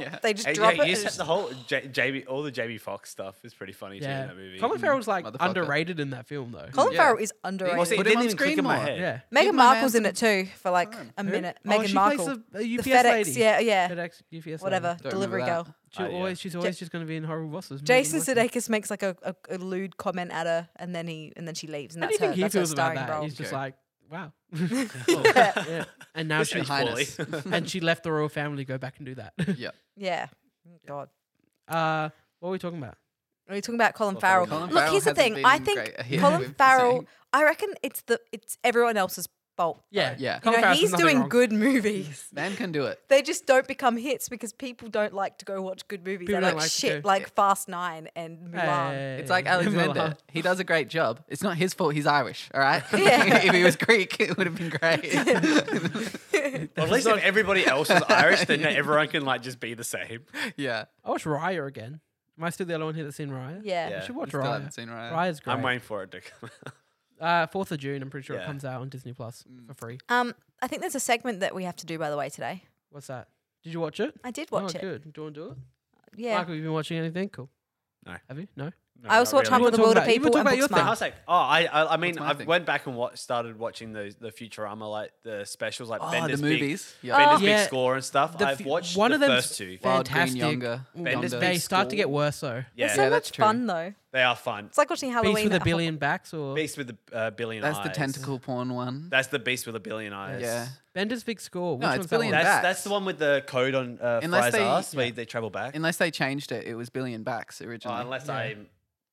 (laughs) Yeah.
They just
And
drop
yeah,
it.
you
and
said
just-
the whole J- Jamie, all the Jamie Foxx stuff is pretty funny too in
yeah,
that movie. Mm-hmm.
Colin Farrell's like
Motherfucker.
underrated in that film though.
Colin
Yeah.
Farrell is
well, see,
underrated.
Put
it
him
didn't
on
even click
screen
in my
more.
head.
yeah.
Meghan
Give my man
Markle's in
some
it too for like a minute.
Oh,
Meghan
she
Markle.
plays the, a
the
UPS
FedEx,
lady.
yeah, yeah.
FedEx UPS
Whatever.
lady.
Don't remember
Delivery
that.
girl.
She
Oh, yeah.
always, she's always just going to be in horrible bosses.
Jason Sudeikis makes like a, a, a lewd comment at her, and then he and then she leaves, and
How do
that's
you think
her.
he
that's her
feels about
starring
that?
role.
He's just
Okay.
like, (laughs) wow.
yeah.
Oh. yeah. And now
This
she's
is
Highness.
poorly.
and she left the royal family to go back and do that. (laughs)
yeah.
yeah.
Mm,
Oh, God.
Uh, what are we talking about?
Are you talking about Colin
Well,
Farrell?
Colin
Look,
Farrell
here's the
hasn't
thing.
been
I
(laughs)
great
think
at hitting
Colin
with the
Farrell.
same-
I reckon it's the it's everyone else's fault.
Yeah,
Yeah.
You know,
Farrell's
he's
nothing
doing
wrong.
good movies.
Man can do it.
They just don't become hits because people don't like to go watch good movies.
People
they
don't
like,
like to
shit
go-
like Fast Nine and Mulan.
(laughs)
It's
(laughs)
like
Hey,
Alexander.
Mulan.
He does a great job. It's not his fault. He's Irish. All right.
(laughs)
(laughs)
Yeah.
if he was Greek, it would have been
(laughs)
great.
Well, at least if everybody else was Irish, then everyone can like just be the same.
(laughs) yeah.
I watched Raya again. Am I still the only one here that's seen Raya?
Yeah.
Yeah.
You should watch
Still
Raya.
haven't seen Raya.
Raya's great.
I'm waiting for it to come out.
Uh, 4th of June, I'm pretty sure it
Yeah. Mm.
comes out on Disney Plus for free.
Um, I think there's a segment that we have to do by the way today.
What's that? Did you watch it?
I did watch
oh,
it.
good. Do you want to do it?
Yeah.
Michael, have you been watching anything? Cool.
No.
Have you? No?
No,
I also
not
watched Hunger
You
for the
wanna
Wilder
talk about- you
People
wanna
and
talk about your thing?
I
Booksmart.
was like, oh, I, I, I mean,
What's my
I
thing?
went back and watched, started watching those the Futurama, like the specials, like
Oh,
Bender's
the movies.
Big,
Yeah.
Bender's
Yeah.
big score and stuff.
The
I've
fu-
watched
one
the
of them's
first two.
Wild Green
Fantastic.
Younger,
Mm,
Bender's
they
Big
start to get
School.
worse though.
There's
Yeah,
so
Yeah, that's
much
true.
fun though.
they are fun.
It's like watching Halloween.
Beast with
at
a
Hall-
billion backs or
Beast with the uh, billion
That's
eyes.
the tentacle porn one.
That's the Beast with a billion eyes.
yeah.
Bender's Big Score. Which
No, it's
one's that one?
Billion
That's
Backs.
that's the one with the code on uh,
Unless
Fry's
they-
ass where
yeah.
they travel back.
Unless they changed it, it was billion backs
Oh,
originally.
unless
Yeah.
I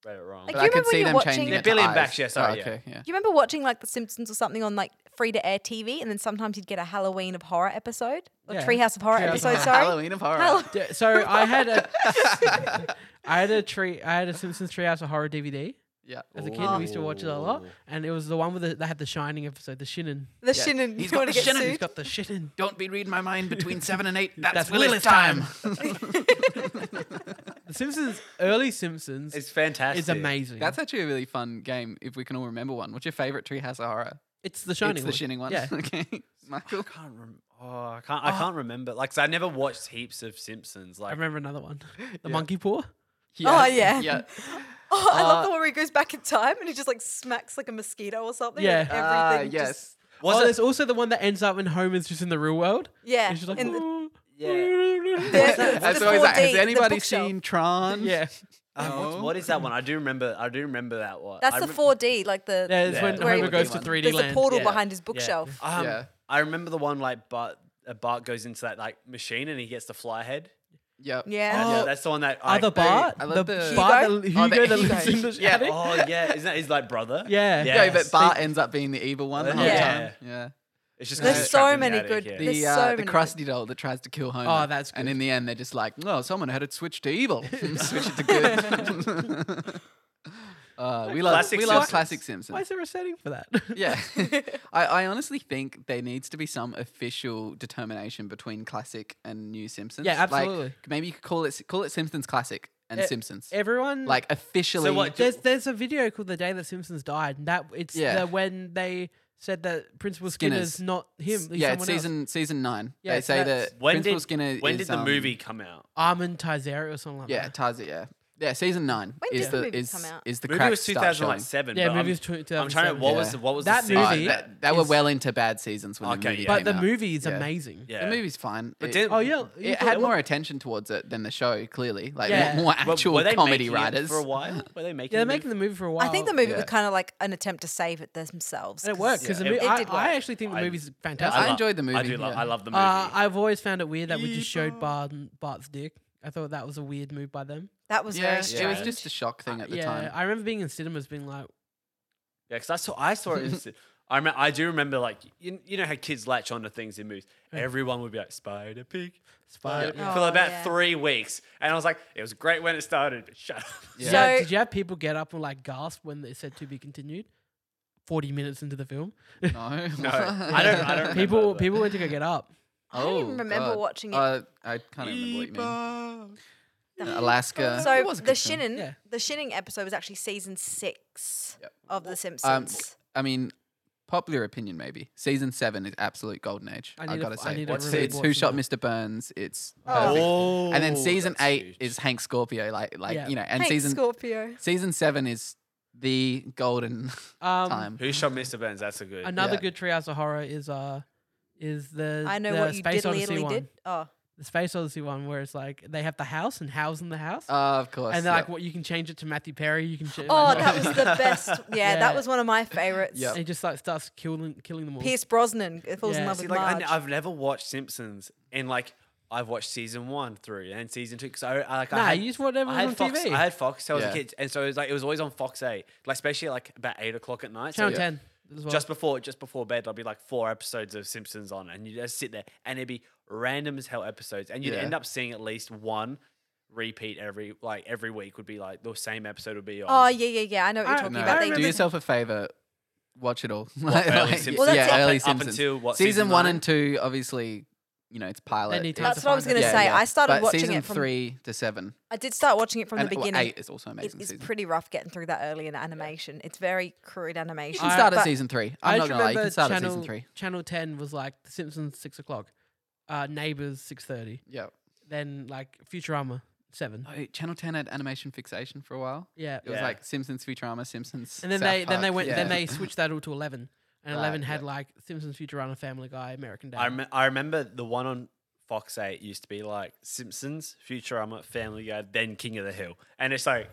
read it wrong.
but
Like,
I
you
could
remember
see
you're
them
watching-
changing
Yeah,
it. to
billion
eyes.
backs, yeah, sorry,
Oh,
yeah.
okay,
(laughs)
yeah.
Do you remember watching like The Simpsons or something on like free to air TV, and then sometimes you'd get a Halloween of Horror episode or
Yeah.
Treehouse of Horror
Treehouse of
(laughs)
episode?
Horror.
Sorry.
Halloween of horror.
Halloween.
D- so I had a
(laughs)
I had a tree I had a Simpsons Treehouse of Horror DVD
Yeah.
as a kid. We used to watch it a lot,
Oh.
Ooh.
and it was the one with the, they had the Shining episode, the Shinin.
The Shinnin.
He's
You want
got
to
the
get
Shinnin.
He's
sued?
got the Shinin.
Don't be reading my mind (laughs) between seven and eight. That's,
That's
Willis,
Willis
time. (laughs)
The Simpsons early Simpsons
It's fantastic.
is amazing.
That's actually a really fun game if we can all remember one. What's your favorite Treehouse of Horror?
it's the Shining.
it's the
one.
Shining one.
Yeah.
(laughs) okay.
I
Michael.
can't rem- oh, I can't. I can't remember. Like, 'cause I never watched heaps of Simpsons.
I
Like,
remember another one, the Monkey Paw.
(laughs) Oh, yeah. (laughs)
Yeah.
Oh, (laughs) I love
Uh,
the one where he goes back in time and he just like smacks like a mosquito or something.
Yeah.
and
Ah,
everything
yes.
just-
was
oh,
it?
there's also the one that ends up when Homer's just in the real world.
yeah.
He's just like,
and the-
"Ooh."
(laughs)
(laughs)
There's-
That's
it's the
always like,
4D,
has
the
anybody
bookshelf.
seen Tron?
yeah,
uh, what's-
No.
what is that
(laughs)
one? I do remember. I do remember that one.
That's
I
the
remem-
4D, like the
yeah. It's
Yeah.
when
Where he-
Homer goes to
There's a
3D
there's a
land.
portal
Yeah.
behind his bookshelf.
Um,
Yeah.
I remember the one like Bart. Uh, Bart goes into that like machine and he gets the fly head.
Yep.
Yeah.
Yeah,
Oh,
that's the one that I,
Other
they-
Bart,
I
the,
love the-
Bart,
Hugo?
the
Oh,
Hugo
the
that lives in
Hugo.
the
Yeah.
attic.
(laughs) Oh yeah, isn't that his like brother?
Yeah.
yeah.
Yeah,
Yeah, but Bart ends up being the evil one the whole
Yeah.
time. Yeah.
It's just 'cause
There's
he's
so
trapped in the
many
attic,
good-
yeah.
There's
The,
so
uh, the
many
crusty doll that tries to kill Homer.
Oh, that's
And
good.
in the end, they're just like, "Oh, someone had it switched to
(laughs)
evil. (laughs) Switch it to good." (laughs) uh, we love
Classic
we love
Simpsons.
classic Simpsons.
Why is there a setting for that? (laughs)
Yeah. I, I honestly think there needs to be some official determination between classic and new Simpsons.
Yeah,
Like,
absolutely.
maybe you could call it call it Simpsons Classic and
Eh,
Simpsons.
Everyone
like officially.
what-
there's there's a video called "The Day That Simpsons Died," and that it's
Yeah.
the, when they said that Principal Skinner's,
Skinner's.
not him. He's
yeah,
someone
it's season season nine.
Yeah,
they
so
say
that's-
that
When
Principal
did
Skinner.
when
is,
did the
um,
movie come out?
else. Armin Tizera or something like
Yeah,
that.
ties it. Yeah, yeah. Season nine
When
is
did the
the
movie
is
come out?
is the
movie
cracks
was
start showing.
2007.
Yeah,
but
movie was
I'm,
tw-
I'm trying to. What was
Yeah.
the, what was
That
the
Oh,
season?
movie-
that, that were
is-
well into bad seasons when the
Okay,
movie
yeah.
But
came
the
out.
movie is
Yeah.
amazing.
Yeah.
The movie's fine.
But
It-
didn't-
Oh yeah, you
it
thought
had
that
more
was-
attention towards it than the show. Clearly, like
Yeah.
more, more
Were-
actual
were they
comedy
making it
writers.
for a while.
(laughs)
Were they making?
Yeah, they're
the
making
movie?
the movie for a while.
I think the movie
Yeah.
was kind of like an attempt to save it themselves.
and it
'cause
worked because
Yeah.
the movie.
It
I,
did
I
work.
actually think the
I-
movie's
I
fantastic.
lo-
enjoyed the
I
movie,
do love.
yeah.
I love the movie.
Uh, I've always found it weird that we just showed Bart Bart's dick. I thought that was a weird move by them.
That was
yeah,
very
it
strange.
was just a shock thing at the
yeah,
time.
I remember being in cinemas being like,
Yeah, because I saw I saw it.
(laughs)
in ci- I remember, I do remember like you, you know how kids latch onto things in movies. Everyone would be like Spider Pig, Spider
Yeah.
for
Oh,
about
yeah.
three weeks, and I was like, it was great when it started, but shut up.
Yeah.
Did you have-
So-
did you have people get up and like gasp when they said to be continued? Forty minutes into the film,
(laughs) No,
No, I don't.
(laughs)
(laughs) Oh,
I don't.
people
remember,
people went to go get up.
I don't even remember watching it.
Uh, I can't remember what you mean. Alaska.
so
It was a
the
good film.
Shinnin,
Yeah.
the Shinnin episode was actually season six
Yep.
of The Simpsons.
I mean, popular opinion maybe. Season seven is absolute golden age.
I
I,
need to
gotta
f-
say,
I need to
What's-
really
it's
watch
Who
it
Shot
now.
Mr. Burns. It's
but-
perfect.
Oh,
and then season
that's
eight
huge.
is Hank Scorpio. Like, like
Yeah.
you know, and
Hank
season
Scorpio.
season seven is the golden
(laughs) Um,
time.
Who shot Mr. Burns? That's a good.
Another
Yeah.
good Treehouse of Horror is uh is the
I know
the
what you
Space
diddly
Odyssey
Italy
one.
did. Oh,
The Space Odyssey one where it's like they have the house and house in the house,
Oh,
Uh, of course.
and they're like
yeah.
what you can change it to Matthew Perry. You can change.
oh,
like, (laughs)
that was the best. Yeah,
Yeah.
that was one of my favorites.
Yep.
And he just like starts killing killing them all.
Pierce Brosnan falls in
Yeah.
love
See,
See,
with
like I,
Marge.
n- I've never watched Simpsons, and like I've watched season one through and season two because I, I like I
Nah,
had,
you just whatever
I had
was on
Fox,
TV.
I had Fox when I was
Yeah.
a kid, and so it was like it was always on Fox Eight, like especially like about eight o'clock at night.
Channel
so
Ten as well.
just before just before bed, there'll be like four episodes of Simpsons on, and you just sit there, and it'd be random as hell episodes, and you'd
Yeah.
end up seeing at least one repeat every like every week would be like the same episode would be on.
oh yeah, yeah, yeah. I know what you're
I-
talking
No,
about. They-
do
remember-
yourself a favor. Watch it all.
(laughs)
(laughs)
early
Like,
Simpsons?
Well, that's
yeah,
it.
early
Up- up
Simpsons.
until what,
season,
season
one
nine?
and two, obviously you know, its pilot.
need
is-
time to
That's what I was
find
gonna
it.
Yeah,
say.
yeah.
I started
but
watching
season
it from.
three to seven.
I did start watching it from
and,
the
well,
beginning.
eight is also
It
amazing.
is
season.
pretty rough getting through that early in animation. It's very crude
you
animation.
can
I-
start at
but
season three.
I
I'm not
just
gonna lie. You
remember
can start
channel,
at season three.
Channel Ten was like The Simpsons six o'clock, uh, Neighbours six thirty,
Yeah.
then like Futurama seven.
Oh, Channel Ten had animation fixation for a while.
Yeah,
It was
Yeah.
like Simpsons, Futurama, Simpsons.
and then
South
they then they
Park.
went then
Yeah. (laughs)
they switched that all to eleven, and
Right,
eleven had
yeah.
like Simpsons, Futurama, Family Guy, American Dad.
I, rem- I remember the one on Fox 8 used to be like Simpsons, Futurama, Family Guy, then King of the Hill. And it's like,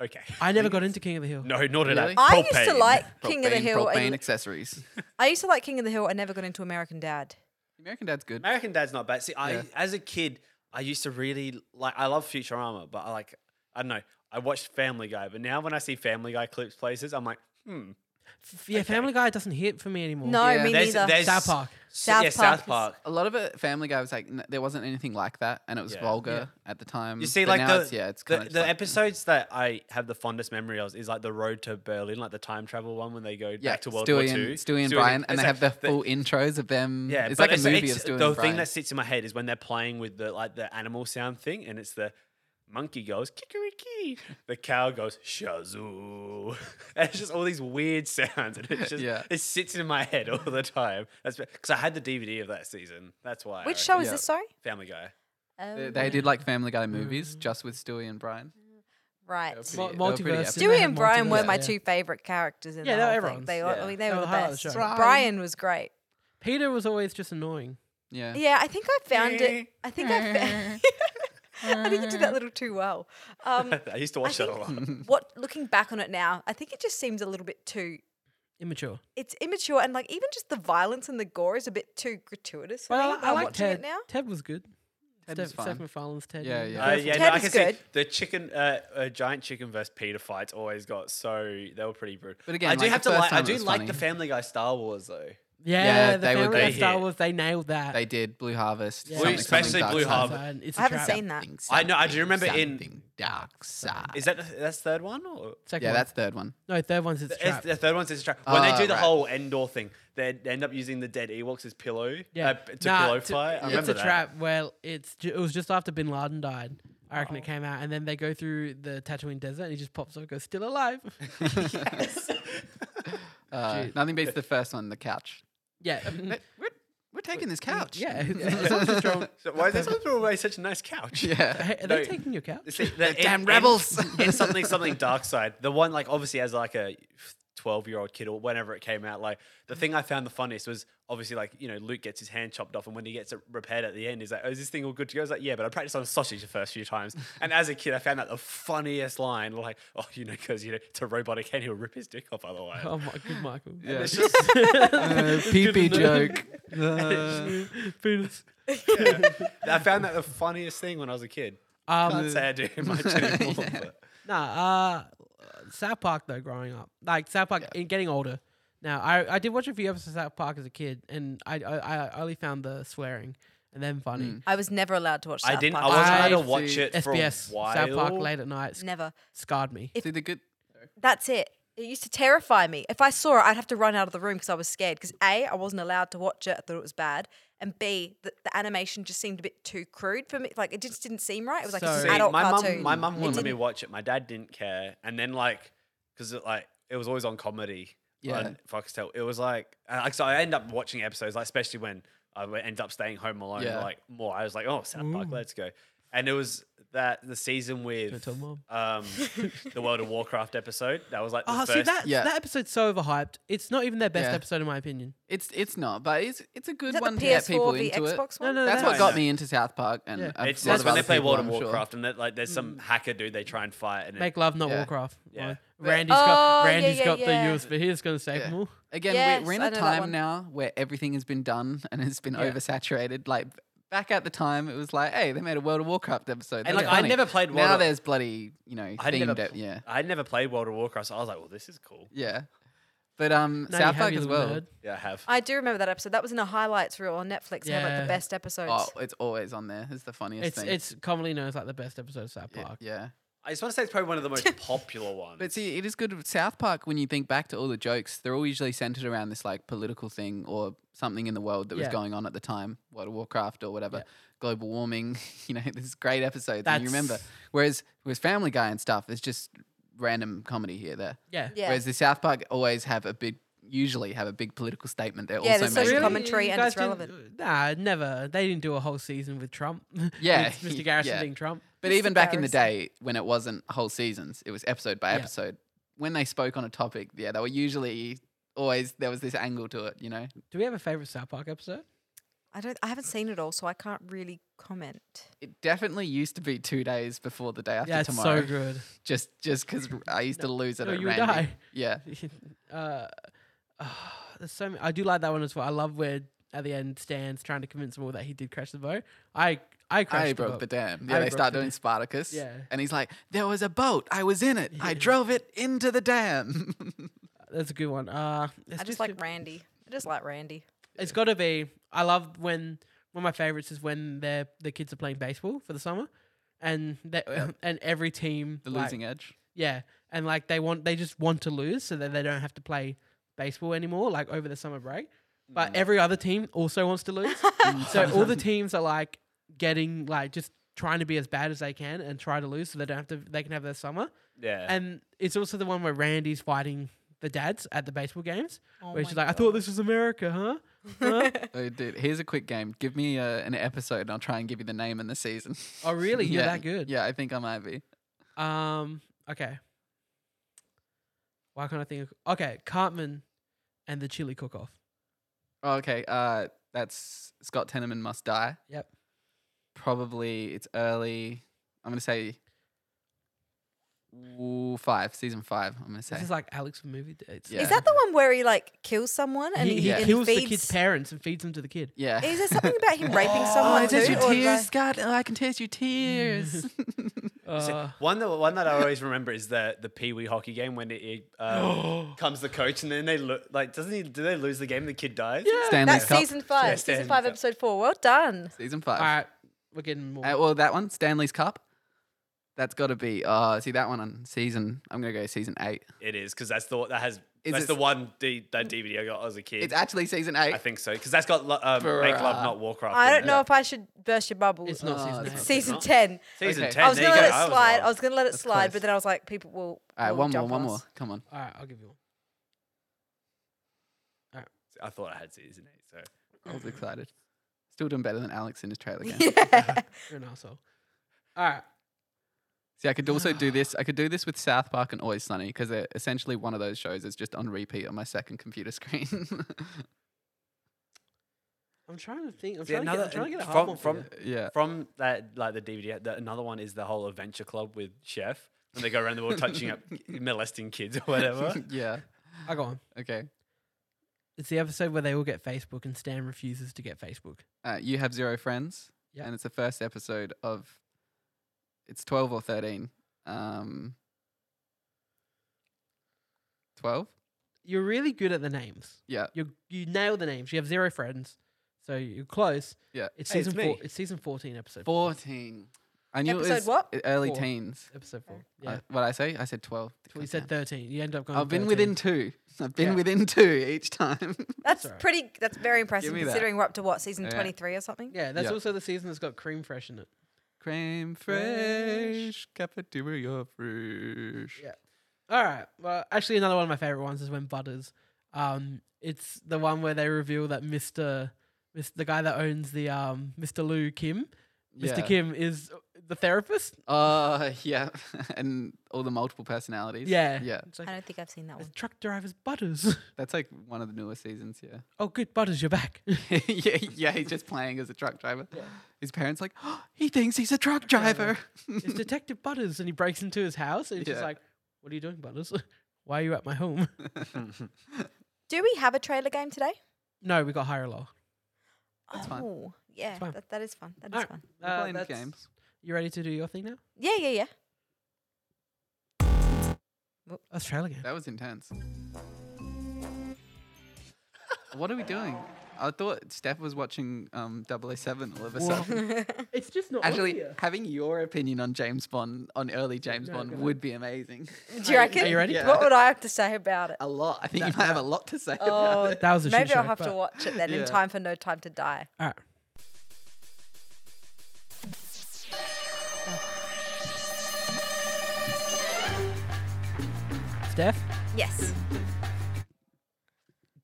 okay. (laughs)
I never got into King of the Hill.
No, not at
Really?
all.
I used to
Propane.
like King of the
Propane-
Hill.
propane
I,
accessories. (laughs)
I used to like King of the Hill. I never got into American Dad.
American Dad's good.
American Dad's not bad. See, I
Yeah.
as a kid, I used to really like. I love Futurama, but I like. I don't know. I watched Family Guy, but now when I see Family Guy clips places, I'm like, hmm.
F- yeah, Family Guy doesn't hit for me anymore.
No,
Yeah.
me
There's,
neither.
there's
South Park.
South
South
yeah,
Park
South
is-
Park.
A lot of it, Family Guy was like, n- there wasn't anything like that, and it was
Yeah.
vulgar at the time.
You see,
Mm. but
like
now
the
it's, yeah, it's
the,
kind of
the episodes that I have the fondest memory of is like the Road to Berlin, like the time travel one when they go
yeah,
back to World
Stewie
War
and,
Two.
Stewie and
Stewie
Brian, and
it's
they
like
have the
the-
full intros of them.
Yeah,
it's
but
like a movie
it's-
of Stewie
The
and
thing
Brian.
that sits in my head is when they're playing with the like the animal sound thing, and it's the monkey goes kikeriki, the cow goes shazoo, (laughs) and it's just all these weird (laughs) sounds, and it's just
Yeah.
it sits in my head all the time. That's because I had the DVD of that season. That's why. I
Which
reckon.
show is
Yeah.
this? Sorry.
Family Guy. (laughs)
They-
Um,
They did like Family Guy movies just with Stewie and Brian.
right.
They were
Mul-
pretty- they were
multiverse.
pretty epic.
Didn't they
Stewie
have
and Brian were
multiple-
my
Yeah.
two favorite characters in
Yeah, they
the
were
whole thing.
everyone's,
They,
yeah.
I mean, they
They
were
were the
the
highlight of
best.
the show.
Brian.
Brian was great.
Peter was always just annoying.
Yeah.
Yeah, I think I found it. I think I. Fa- I think you did that little too well. Um,
I used to watch that a
think-
lot.
Hmm.
(laughs)
what looking back on it now, I think it just seems a little bit too.
Immature.
It's immature and like even just the violence and the gore is a bit too gratuitous.
But I,
think,
I
now
like
watching
Ted.
it now.
Ted was good.
Ted
Ste-
was
Seth
fine.
MacFarlane's Ted.
Yeah,
was
yeah.
Uh,
good.
yeah,
Ted
no, I
is
can
good.
see the chicken, uh, uh, giant chicken versus Peter fights always got so they were pretty brutal.
But again,
I do
like,
have
the
to
first
like. I
time it
do
was
like the
funny.
Family Guy Star Wars though.
Yeah,
Yeah,
the
they were
Family Guy
good.
Star
They
Wars, they nailed that.
They did Blue Harvest.
Yeah.
Blue-
something- something
especially
dark
Blue
side.
Harvest.
And It's
I
a
haven't
trap.
seen that.
I know, I do remember in-
something dark side.
Is that the, that's the third one or
Second
yeah,
one.
that's third
(laughs)
one.
no third one's it's a
It's-
trap.
the third one's it's a trap. When they
Ah,
do the
right.
whole Endor thing, they they end up using the dead Ewoks as pillow.
Yeah,
uh, p- to
Nah,
pillow
t-
fight. I
it's
remember
a
that.
trap. Well, it's ju- it was just after Bin Laden died. I reckon it came out, and then they go through the Tatooine desert, and he just pops up, and goes still alive.
(laughs) Uh,
Shoot.
nothing beats the first one, the couch.
yeah, Mm.
We're, we're taking this couch.
(laughs)
yeah. Someone's just thrown-
(laughs) So why
(laughs)
is this one throw away such a nice couch?
(laughs) Yeah.
(laughs)
Hey, Are they
No.
taking your couch?
It's like the
Damn
end- end-
rebels.
it's (laughs) something something dark side. The one like obviously as like a twelve year old kid or whenever it came out, like the thing I found the funniest was obviously like, you know, Luke gets his hand chopped off and when he gets it repaired at the end, he's like, Oh, is this thing all good to go? I was like, Yeah, but I practiced on sausage the first few times. And as a kid I found that the funniest line, like, oh, you know, because you know, it's a robotic hand, he'll rip his dick off
(laughs)
otherwise.
Oh my good Michael.
Yeah.
It's just (laughs)
(laughs) Uh, pee pee joke. Uh,
Penis.
I found that the funniest thing when I was a kid. I
Um,
can't say I do much anymore. but-
nah. Uh, South Park though, growing up, like South Park, in getting older. Now, I I did watch a few episodes of South Park as a kid, and I I, I only found the swearing and then funny.
Mm.
I was never allowed to watch. South
I didn't.
Park.
I wasn't allowed to
I've
watch
seen
it for
SBS
a while.
South Park late at night sc-
never.
scarred me.
See the good.
That's it. It used to terrify me. If I saw it, I'd have to run out of the room because I was scared. Because A, I wasn't allowed to watch it. I thought it was bad. And B, the, the animation just seemed a bit too crude for me. Like it just didn't seem right. It was like it's
So-
an
See,
adult
my
cartoon.
mum, my mum
It
wouldn't let me
didn't-
watch it. My dad didn't care, and then like, because it, like it was always on comedy.
Yeah.
on Foxtel. It was like, uh, like so I end up watching episodes, like especially when I w- end up staying home alone,
Yeah.
like more. I was like, oh, South
Mm.
Park, let's go. And it was that the season with
tell Mum?
um, the World of Warcraft episode. That was like the
Oh,
first.
see that
Yeah.
that episode's so overhyped. It's not even their best
Yeah.
episode in my opinion.
It's it's not, but it's it's a good
Is that
one
the
to get people
PS4 v
into it.
Xbox one?
No, no,
That's
no,
what
no.
got me into South Park, and
Yeah.
a
It's
lot
that's
of
when they
other
play
people,
World of
I'm sure.
Warcraft, and that like there's some hacker dude they try and fight, and it-
Make love, not
Yeah.
Warcraft.
Yeah.
Well,
But-
Randy's got
Oh, yeah,
Randy's
yeah,
got
yeah.
the USB. He's gonna save
Yeah.
them all.
Again,
Yes,
we, we're in
I
a
know that one.
time now where everything has been done and it's been
Yeah.
oversaturated. Like b- back at the time, it was like, hey, they made a World of Warcraft episode.
And,
That's
like, I
funny.
never played World
Now
of-
there's bloody, you know,
I'd
themed.
never,
ep-
pl-
yeah,
I'd never played World of Warcraft, so I was like, well, this is cool.
yeah. But um,
Now you
South
have
Park
your
as
little
well.
nerd.
Yeah, I have.
I do remember that episode. That was in a highlights reel on Netflix. Yeah. like
Yeah.
the best episodes.
Oh, it's always on there. It's the funniest
It's
thing.
it's commonly known as like the best episode of South
Y-
Park.
yeah.
I just want to say it's probably one of the most
(laughs)
popular ones.
But see, it is good. with South Park, when you think back to all the jokes, they're all usually centered around this like political thing or something in the world that was
Yeah.
going on at the time, World of Warcraft or whatever, global warming. (laughs) You know, there's great episodes that you remember.
That's-
Whereas with Family Guy and stuff, it's just random comedy here there.
Yeah.
Yeah.
Whereas the South Park always have a big, usually have a big political statement. They're
Yeah,
also
there's
making.
social commentary
You
and it's
guys didn't- Nah, never. They didn't do a whole season with Trump. (laughs)
(laughs) Yeah,
With Mr. Garrison
yeah.
being Trump.
But
Mr.
even back in the
Garrison.
day when it wasn't whole seasons, it was episode by
Yeah.
episode. When they spoke on a topic, yeah, they were usually always there was this angle to it, you know.
Do we have a favorite South Park episode?
I don't. I haven't seen it all, so I can't really comment.
It definitely used to be two days before the day after
yeah, it's
tomorrow.
so
(laughs)
good.
Just just because I used to lose it
no,
at
you would
random.
die.
Yeah,
(laughs) uh, oh, there's so many. I do like that one as well. I love where at the end Stan's trying to convince them all that he did crash the boat. I I crashed
I
the
broke
boat.
the dam.
I
Yeah, they
broke
start
the
doing
dam.
Spartacus.
Yeah.
and he's like, "There was a boat. I was in it. I drove it into the dam." (laughs)
That's a good one. Uh, it's
I just like Randy. I just like Randy.
It's got to be. I love when one of my favorites is when they're the kids are playing baseball for the summer, and they, (laughs) and every team
the
like-
Oh, losing edge.
Yeah, and like they want, they just want to lose so that they don't have to play baseball anymore, like over the summer break. But every other team also wants to lose, so all the teams are like getting like just trying to be as bad as they can and try to lose so they don't have to. They can have their summer.
yeah.
And it's also the one where Randy's fighting the dads at the baseball games,
Oh
where
my
she's like, "I thought this was America, huh?" huh?
(laughs)
Oh, dude, here's a quick game. Give me uh, an episode, and I'll try and give you the name and the season.
Oh,
(laughs)
really? You're
yeah,
that good?
Yeah, I think I might be.
Um. Okay. Why can't I think? Of, okay, Cartman and the Chili Cook Off.
Oh, okay, uh, that's Scott Tenorman must die.
Yep.
Probably it's early. I'm gonna say ooh, five, season five. I'm gonna say.
This is like Alex from movie dates.
Yeah.
Is that the one where he like kills someone and
he,
he,
he
and
kills
feeds?
the kid's parents and feeds them to the kid?
yeah.
(laughs) Is
(laughs)
there something about
(laughs)
him raping someone
oh, is that
too?
your
or did I-
tears, Scott? Oh, I can taste your
(laughs)
tears. (laughs)
(gasps)
So
Uh,
one that one that I always remember is the the Pee Wee hockey game when it, it
(gasps)
um, comes the coach and then they look like doesn't he do they lose the game the kid dies
Stanley's
That's
Cup.
season five.
Yeah,
season
Stanley's
five,
Cup.
episode four. Well done.
Season five.
all right, we're getting more.
Uh, well, that one, Stanley's Cup. That's got to be. Uh, see that one on season. I'm gonna go season eight.
it is because that's the that has
Is
that's
it-
the one D, that DVD I got as a kid
It's actually season eight.
I think so because that's got lo- um,
For,
make
uh,
love not Warcraft
I
in
don't
it.
know if I should burst your bubble.
it's not
Uh,
season.
it's
eight.
not
season
It's not.
ten.
season
Okay.
ten
I was
there you
gonna let
go,
it
I was
slide.
wrong.
I was gonna let it
That's
slide,
close.
but then I was like, people will.
All right,
will
one more,
jump
one
on
more.
us.
Come on.
All right, I'll give you one.
I thought I had season eight so
I was excited. Still doing better than Alex in his
(laughs)
trailer game.
Yeah.
You're an asshole. All right.
See, I could also do this. I could do this with South Park and Always Sunny because they're essentially one of those shows that's just on repeat on my second computer screen.
I'm trying to think. I'm,
See,
trying, to get, I'm
another-
trying to get a hard
from-
one for
from-
you.
(laughs) yeah.
from that like the DVD the, another one is the whole adventure club with Chef when they go around the world touching
(laughs)
up molesting kids or
(laughs)
whatever
yeah.
I go on.
Okay.
It's the episode where they all get Facebook and Stan refuses to get Facebook.
Uh, you have zero friends.
Yeah.
And it's the first episode of. It's twelve or thirteen. Um. Twelve.
You're really good at the names.
Yeah.
You you nail the names. You have zero friends, so you're close.
Yeah.
It's
Hey, it's
season four.
me.
It's season fourteen, episode
Fourteen. I knew it
Episode
was
what?
e- early
Four.
teens.
episode four.
Yeah.
Yeah,
what I say? I said twelve.
we said
Goddamn.
thirteen. You end up going.
I've been
13.
within two. I've been
Yeah.
within two each time.
that's
all right.
pretty. That's very impressive
me that.
considering we're up to what season
Yeah.
twenty three or something.
Yeah, that's
Yeah.
also the season that's got cream fresh in it.
Creme fraiche, cafeteria fresh.
Yeah. All right. Well, actually, another one of my favorite ones is when Butters. Um, it's the one where they reveal that Mister, Mister, the guy that owns the um, Mister Lou Kim, Mister
Yeah.
Kim is the therapist.
Uh, (laughs) yeah, and all the multiple personalities.
Yeah.
yeah.
It's
I
like,
don't think I've seen that
the
one.
truck driver's Butters. (laughs)
That's like one of the newer seasons. Yeah,
oh, good Butters, you're back.
(laughs)
(laughs)
yeah, yeah. He's just playing as a truck driver. His parents like, (gasps) oh, he thinks he's a truck driver.
it's Detective Butters, and he breaks into his house, and he's just
Yeah.
like, "What are you doing, Butters? (laughs) Why are you at my home?" (laughs)
Do we have a trailer game today?
no, we got higher or lower.
fine.
oh, yeah,
fine.
that, that is fun. That is
Alright.
fun.
We're playing
that's-
games.
Um, You ready to do your thing now?
Yeah, yeah,
(laughs)
yeah.
That's trailer game.
That was intense. what are we doing? I thought Steph was watching um 007 all of a sudden. (laughs)
It's just not
Actually, having your opinion on James Bond, on early James
No,
Bond,
good.
would be amazing.
Do you reckon?
Are you ready?
Yeah.
What would I have to say about it?
A lot. I think you might have a lot to say about
Oh,
(laughs)
it.
That was a shit
maybe I'll
show,
have to
but-
watch it then
Yeah.
in time for No Time to Die.
All right. Steph,
Yes,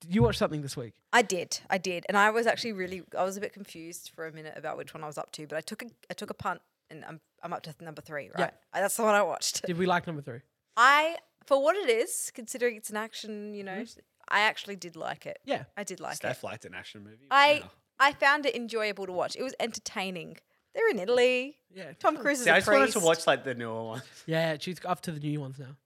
did you watch something this week?
I did. I did, and I was actually really I was a bit confused for a minute about which one I was up to, but I took a I took a punt and I'm I'm up to number three, right? Uh, That's the one I watched.
Did we like number three?
I for what it is, considering it's an action,
Mm-hmm.
you know, I actually did like it.
Yeah.
I did like it.
Steph liked an action movie.
I
Wow.
I found it enjoyable to watch. It was entertaining. They're in Italy.
Yeah.
Tom Cruise is
See,
a
I just wanted to
priest.
watch like the newer
(laughs)
one.
Yeah, she's up to the new ones now.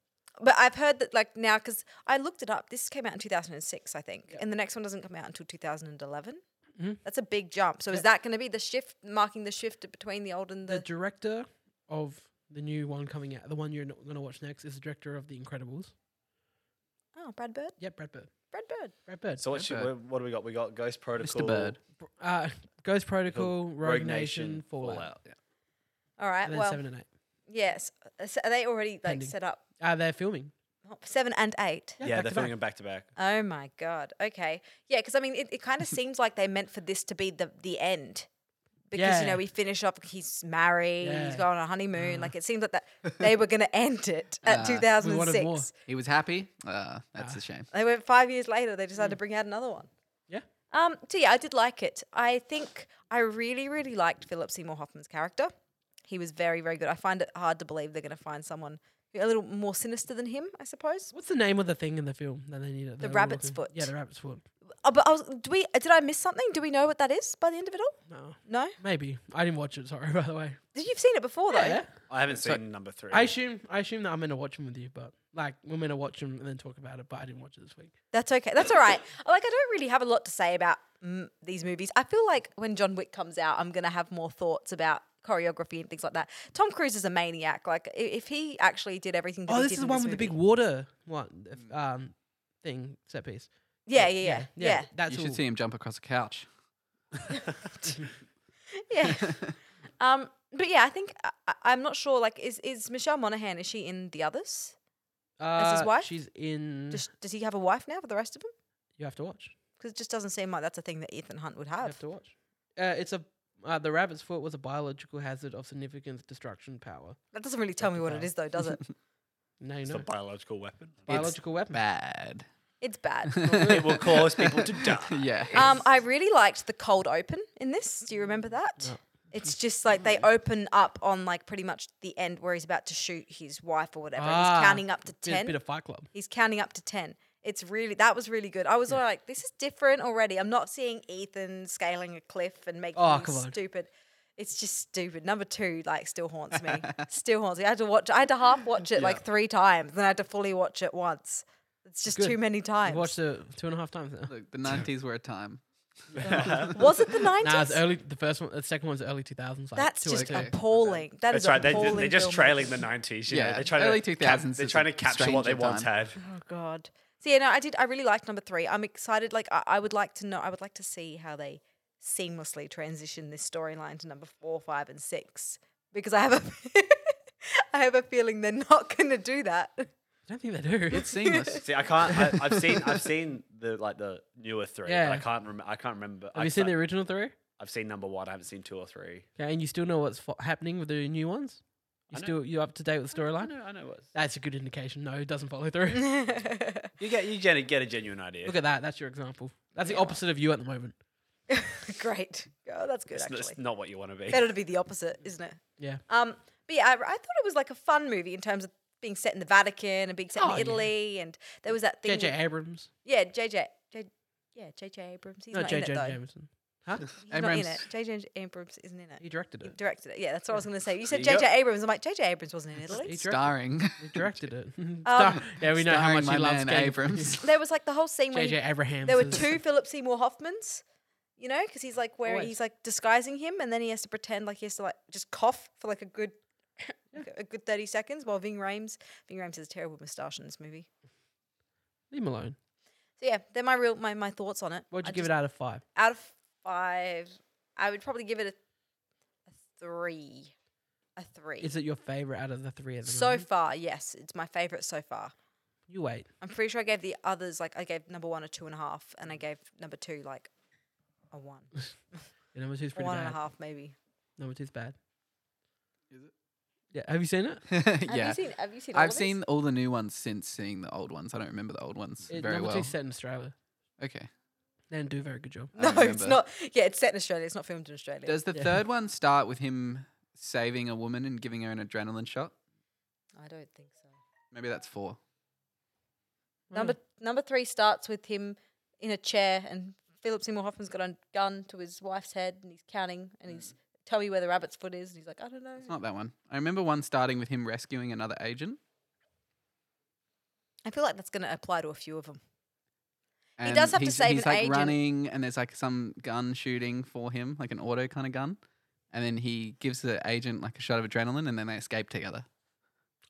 But I've heard that like now because I looked it up. This came out in 2006, I think, and the next one doesn't come out until 2011.
Mm-hmm.
That's a big jump. So is that going to be the shift, marking the shift between the old and
The
the?
director of the new one coming out, the one you're going to watch next, is the director of The Incredibles.
oh, Brad Bird,
Yep, Brad Bird.
Brad Bird.
Brad Bird.
So what, should,
Bird.
what, what do we got? We got Ghost Protocol,
Mr. Bird.
Uh, Ghost Protocol, Rogue, Nation, Fallout,
All right.
and then
well,
seven and eight.
yes. Uh, so Are they already like
Pending.
set up?
Uh, they're filming.
Oh, Seven and eight.
Yeah,
back
they're
to
filming
back.
them back to back.
Oh my god. Okay. Yeah, because I mean, it,
(laughs)
it kind of seems like they meant for this to be the the end, because you
Yeah.
know we finish off. He's married.
Yeah. Uh.
He's gone on a honeymoon. like it seems
(laughs)
like that they were going to end it
Uh,
at
we
2006.
more.
He was happy. Uh, that's a shame.
They went five years later. They decided to bring out another one.
Mm. Yeah.
Um. So yeah, I did like it. I think I really, really liked Philip Seymour Hoffman's character. He was very, very good. I find it hard to believe they're going to find someone a little more sinister than him. I suppose.
What's the name of the thing in the film that they needed? The
rabbit's foot.
Yeah, the rabbit's foot.
Oh, but I was. Do we? Did I miss something? Do we know what that is by the end of it all?
No,
No.
maybe I didn't watch it. Sorry, (laughs) by the way.
You've seen it before though.
yeah.
I haven't seen number three. (laughs)
I
(laughs)
assume I assume that I'm gonna watch them with you, but like we're gonna watch them and then talk about it. But I didn't watch it this week.
That's okay. That's all right. (laughs) Like I don't really have a lot to say about mm, these movies. I feel like when John Wick comes out, I'm gonna have more thoughts about choreography and things like that. Tom Cruise is a maniac. Like i- if he actually did everything. That
Oh,
he
this
did
is
in
the one with the big
movie-
water one if, um thing set piece.
Mm. Yeah, yeah, yeah, yeah,
That's
You
all.
should see him jump across a couch.
(laughs)
(laughs)
(laughs)
yeah. um, but yeah, I think I, I- I'm not sure. Like, is is Michelle Monaghan? Is she in the others?
Uh,
his wife?
She's in.
Does, does he have a wife now for the rest of them?
you have to watch.
Because it just doesn't seem like that's a thing that Ethan Hunt would
You
have.
have to watch. Uh, it's a uh, the rabbit's foot was a biological hazard of significant destruction power.
That doesn't really tell me what it
power.
is, though, does
(laughs)
it?
Now you
it's
know.
a biological
(laughs)
weapon.
biological weapon.
Bad.
it's bad.
it will cause people
(laughs)
to die.
yeah.
Um, I really liked the cold open in this. Do you remember that?
No.
It's just like they open up on like pretty much the end where he's about to shoot his wife or whatever. and
Ah,
he's counting up to
Bit,
ten.
bit of Fight Club.
he's counting up to ten. It's really that was really good. I was all like, this is different already. I'm not seeing Ethan scaling a cliff and making
Oh,
things
come on.
stupid. It's just stupid. Number two, like, still haunts
(laughs)
me. still haunts me. I had to watch. I had to half watch it like three times, then I had to fully watch it once. It's just
Good.
too many
I've
times.
watched it two and a half times now.
Look, the 90s were a time.
(laughs)
was it the
(laughs)
nineties?
Nah, it's early. The first one, the second one's early 2000s. Like
That's just
202.
appalling. That is
That's right. They,
appalling.
they're just
filmmaking.
trailing the 90s. You
Yeah,
know? They're trying
early
to cap-
2000s
They're
is
trying
a
to capture what they
stranger
once had.
Oh god. So yeah, no, I did. I really liked number three. I'm excited. Like I, I would like to know. I would like to see how they seamlessly transition this storyline to number four, five, and six because I have a, (laughs) I have a feeling they're not going to do that. (laughs)
I don't think they do.
It's seamless.
See, I can't. I, I've seen. I've seen the like the newer three.
Yeah.
But I can't. Rem- I can't remember.
(laughs) Have
I,
you seen the
can't-
original three?
I've seen number one. I haven't seen two or three.
Okay, and you still know what's fo- happening with the new ones. You
I know.
still you up to date with the
I
storyline.
know. I know what's.
That's a good indication. No, it doesn't follow
(laughs)
through. (laughs)
You get. You gen- get a genuine idea.
Look at that. That's your example. That's the opposite of you at the moment.
Great. Oh, that's good.
it's, n-
actually,
it's not what you want to be.
better to be the opposite, isn't it?
Yeah.
Um, but yeah, I, I thought it was like a fun movie in terms of being set in the Vatican and being set
Oh, yeah.
in Italy, and there was that thing.
JJ Abrams.
Yeah, JJ. J, yeah, JJ Abrams. He's
No,
not in it
JJ
though.
Jameson. Huh?
He's not
Abrams.
in it. JJ Abrams isn't in
He
it.
directed
He (laughs)
it.
directed it. Yeah, that's what I was going to say. You said
There you
JJ
go.
Abrams. I'm like, JJ Abrams wasn't in
He
Italy.
directed-
(laughs)
Starring.
He
(laughs)
directed it. (laughs) Star- yeah, we know how
starring
much
my
he loves
man
J-
(laughs)
Abrams.
There was like the whole scene when
JJ Abrams.
there were
is- (laughs)
two Philip Seymour Hoffmans. You know, because he's like where
Always.
he's like disguising him, and then he has to pretend like he has to like just cough for like a good, (laughs) a good thirty seconds while Ving Rhames. Ving Rhames has a terrible moustache in this movie.
Leave him alone.
So yeah, they're my real my, my thoughts on it.
What'd you
I
give
just-
it out of five?
out of five? I would probably give it a, a three, a three.
Is it your favorite out of the three of them?
so far, yes, it's my favorite so far.
you wait.
I'm pretty sure I gave the others like I gave number one a two and a half, and I gave number two like a one,
Your number two's
a
pretty
one
bad.
and a half maybe.
Number two's bad.
Is it?
Yeah. Have you seen it?
yeah.
(laughs) Have you seen? Have you seen? all
I've
of these?
seen all the new ones since seeing the old ones. I don't remember the old ones
It-
very
number
well.
two's set in Australia.
Okay.
They didn't do a very good job.
I
No, it's
remember.
not. Yeah, it's set in Australia. It's not filmed in Australia.
Does the
Yeah.
third one start with him saving a woman and giving her an adrenaline shot?
I don't think so.
Maybe that's four.
Number number three starts with him in a chair, and Philip Seymour Hoffman's got a gun to his wife's head, and he's counting, and he's tell me where the rabbit's foot is, and he's like, I don't know.
It's not that one. I remember one starting with him rescuing another agent.
I feel like that's going to apply to a few of them.
And
does have to
he's,
save
he's
an
like
agent.
running, and there's like some gun shooting for him, like an auto kind of gun. And then he gives the agent like a shot of adrenaline, and then they escape together.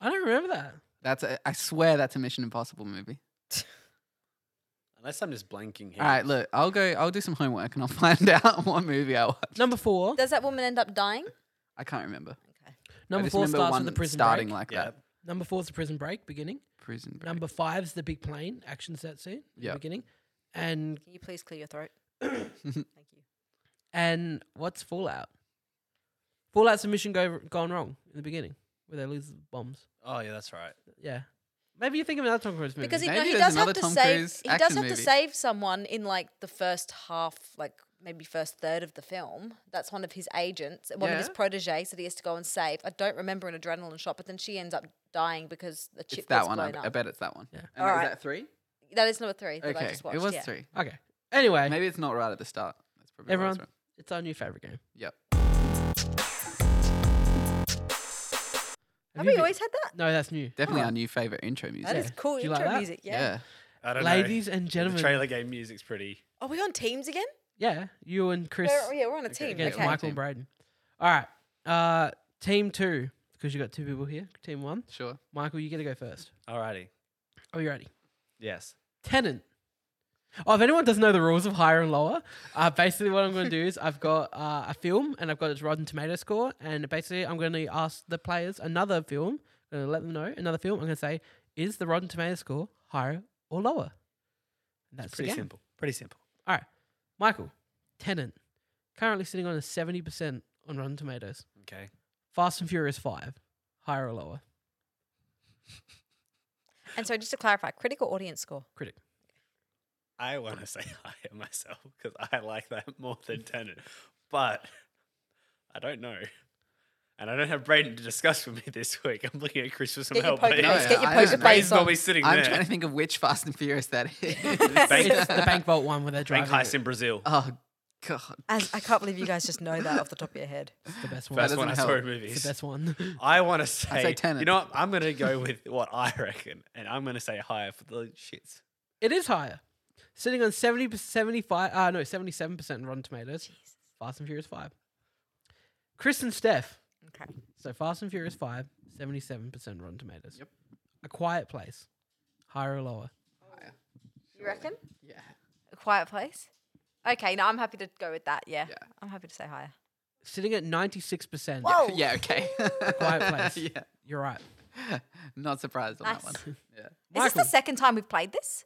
I don't remember that.
That's a, I swear that's a Mission Impossible movie.
Unless I'm just blanking here.
All right, look, I'll go. I'll do some homework and I'll (laughs) find out what movie I watched.
Number four.
(laughs) Does that woman end up dying?
I can't remember.
Okay.
I
Number
just
four
remember
starts
one
with the prison
starting
break.
like
Yeah.
that.
Number four's the prison break beginning.
Prison break.
Number five's the big plane action set scene at
Yeah.
the beginning. And
Can you please clear your (coughs) throat? Thank you.
and what's Fallout? Fallout's a mission go, gone wrong in the beginning where they lose the bombs.
Oh yeah, that's right.
Yeah. Maybe you think of another Tom Cruise movie.
Because he, no,
Maybe
he
there's
does have
another
to
Tom
save.
Cruise
He does
action
have to
movie.
save someone in like the first half, like maybe first third of the film. That's one of his agents, one of his
Yeah.
proteges that he has to go and save. I don't remember an adrenaline shot, but then she ends up dying because the chip
it's that
gets
one. I,
blown
I
up.
bet it's that one.
Yeah.
And
All
is
right.
that three?
That is number three that
okay,
I just watched.
it was
yeah.
three.
okay. Anyway,
Maybe it's not right at the start. That's probably why it's
everyone,
wrong.
it's our new favorite game.
Yep.
Have
Have
you
we
been-
always had that?
No, that's new.
Definitely our new favorite intro music.
That is cool
Do you
intro
like that?
music. Yeah.
I don't
Ladies and
know. The
gentlemen.
trailer game music's pretty.
Are we on teams again?
Yeah, you and Chris
We're, yeah, we're on a team.
against
Okay.
Michael and Braden. All right, uh, team two because you got two people here. Team one,
Yeah. Sure.
Michael, you get to go first.
Alrighty.
Are you ready?
Yes.
Tenant. Oh, if anyone doesn't know the rules of higher and lower, uh, basically what I'm going to do is I've got uh, a film and I've got its Rotten Tomato score, and basically I'm going to ask the players another film. I'm going to let them know another film. I'm going to say, is the Rotten Tomato score higher or lower? And that's the
Pretty
game.
simple. Pretty simple.
All right, Michael, Tenant, currently sitting on a seventy percent on Rotten Tomatoes.
Okay.
Fast and Furious Five, higher or lower?
And so, just to clarify, critical audience score.
(laughs)
Critic.
I want to say (laughs) higher myself because I like that more than Tenet, but I don't know. And I don't have Braden to discuss with me this week. I'm looking at Chris for some
Get your
help.
poker
but-
face.
No,
Get your
I don't
poker
know.
face
Braden's
on.
(laughs)
probably sitting
I'm
there.
trying to think of which Fast and Furious that
(laughs)
is.
(laughs) Bank-
It's the bank vault one where they're
Bank
driving.
heist in Brazil.
oh god.
As, I can't believe you guys just know that off the top of your head.
It's the best one.
First one I
doesn't
saw
help.
in
It's
movies.
the best one. (laughs)
I want to say,
Tenet.
you know what? I'm going to go with what I reckon, and I'm going to say higher for the shits.
it is higher, sitting on 70, 75, uh, no, seventy-seven percent Rotten Tomatoes. Fast and Furious Five. Chris and Steph.
Okay.
So Fast and Furious Five, seventy-seven percent Rotten Tomatoes.
Yep.
A Quiet Place, higher or lower?
You reckon?
Yeah.
A quiet place? Okay, no, I'm happy to go with that. Yeah.
Yeah.
I'm happy to say higher.
Sitting at ninety-six percent.
Whoa. Oh.
Yeah, (laughs) okay.
Quiet Place.
yeah.
You're right.
Not surprised on that
Nice.
one. Yeah.
Is this the second time we've played this?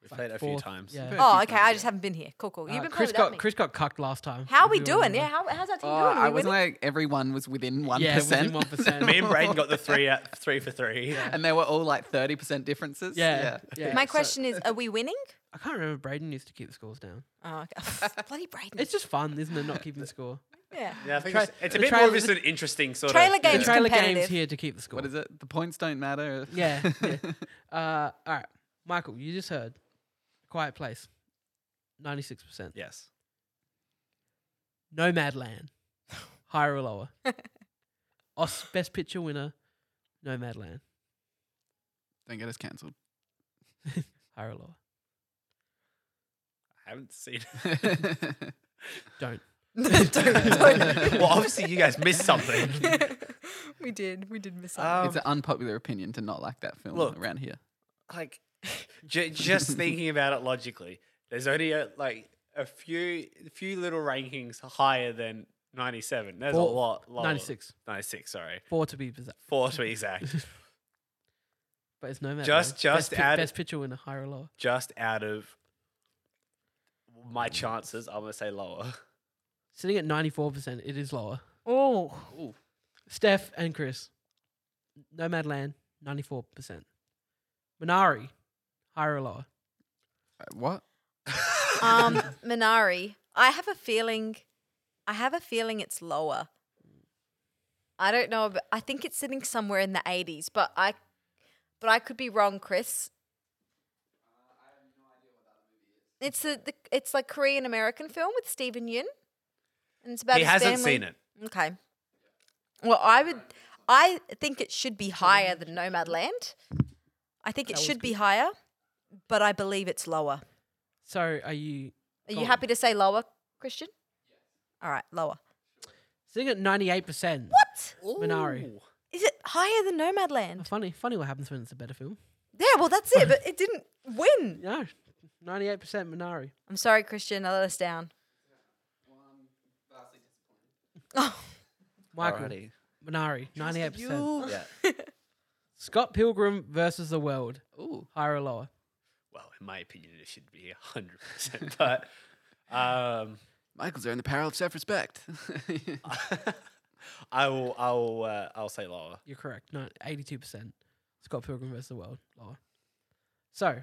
We've played it a few
Fourth-
times.
Yeah.
Fair.
Oh,
few
okay.
times,
I just
yeah.
haven't been here. Cool, cool. You've
Uh,
been
Chris
playing without
got
me.
Chris got cucked last time.
How are
If
we
you
doing?
remember.
Yeah, how, how's our team
Oh,
doing? Are
I
we
wasn't
winning?
like everyone was within one
Yeah, within 1%.
(laughs) Me and Braden got the
(laughs)
three out, three for three.
(laughs) and they were all like thirty percent differences.
Yeah, yeah.
(laughs)
My
so-
question is, are we winning?
I can't remember. Braden used to keep the scores down.
Oh, (laughs) okay. bloody Braden.
It's just fun, isn't it? Not keeping score.
yeah.
Yeah, I think
Tra-
it's, it's a
the
bit more
trailer-
of just an interesting sort
Trailer
of
The
games
trailer game's
competitive.
here to keep the score.
What is it? The points don't matter.
(laughs)
Yeah. yeah. uh, all right, Michael, you just heard Quiet Place, ninety-six percent.
(laughs) Yes.
Nomadland, higher or
(laughs)
lower? Os- best picture winner, Nomadland,
(laughs) Don't get us (laughs) cancelled.
higher or lower?
I
(laughs)
haven't seen
Don't.
don't, don't.
it. (laughs) well, obviously, you guys
(laughs)
missed something.
(laughs) we did. We did miss out.
Um,
it's an unpopular opinion to not like that film
Look.
around here.
(laughs) like J- just thinking about it logically, there's only a, like a few few little rankings higher than 97. There's
Four-
a lot. lower.
96.
96, sorry.
Four to be exact,
Four to be exact.
(laughs) but it's no matter.
Just- just
best, pi-
add-
best picture winner, higher or lower.
just out of my chances, I'm gonna say lower.
Sitting at ninety four percent, it is lower.
Oh,
Steph and Chris, Nomadland, ninety four percent. Minari, higher or lower.
Uh, What?
um, (laughs) Minari. I have a feeling. I have a feeling it's lower. I don't know. But I think it's sitting somewhere in the 80s, but I, but I could be wrong, Chris. It's the, the it's like Korean American film with Stephen Yun, and it's about
he
his
hasn't
family.
seen it.
Okay. Well, I would. I think it should be higher than Nomadland. I think it
That was
should be
good.
higher, but I believe it's lower.
So are you
Are
Go
you
on.
happy to say lower, Christian? All right, lower.
sitting at ninety eight percent?
What?
Minari.
Ooh.
Is it higher than
Oh,
Nomadland?
funny, funny what happens when it's a better film.
Yeah, well, that's it, but it didn't win.
No, ninety eight percent Minari.
I'm sorry, Christian. I let us down. Oh,
Michael
Alrighty.
Minari, ninety eight percent.
You?
Yeah.
Scott Pilgrim versus the World,
Ooh.
higher or lower.
Well, in my opinion, it should be hundred percent. (laughs) But um,
Michael's earned the power of self-respect.
(laughs)
(laughs)
I will. I will. Uh, I'll say lower.
You're correct. No, eighty-two percent. Scott Pilgrim versus the World, lower. So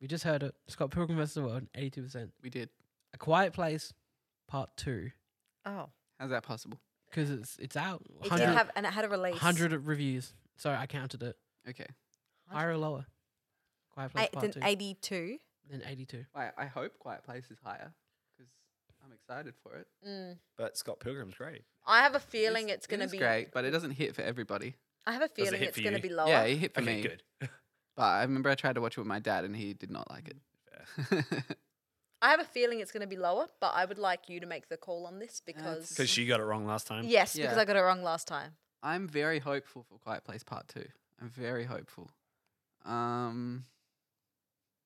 we just heard it. Scott Pilgrim versus the World, eighty-two percent.
we did.
A Quiet Place, Part Two,
oh.
How's that possible?
because it's it's out.
It did
100
have, and it had a release.
100 reviews. Sorry, I counted it.
Okay.
Higher or lower? Quiet Place
Eight,
Part
then
Two,
82.
then eighty-two.
I, I hope Quiet Place is higher because I'm excited for it.
Mm.
But Scott Pilgrim's great.
I have a feeling it's, going to
is
be.
great, but it doesn't hit for everybody.
I have a
it
feeling
hit
it's
for
going to
you?
be lower.
Yeah, it hit for
Okay,
me.
good.
But I remember I tried to watch it with my dad, and he did not like
Mm,
it.
I have a feeling it's going to be lower, but I would like you to make the call on this because.
Because she got it wrong last time.
yes, because
Yeah.
I got it wrong last time.
(laughs) I'm very hopeful for Quiet Place Part Two. I'm very hopeful. Um,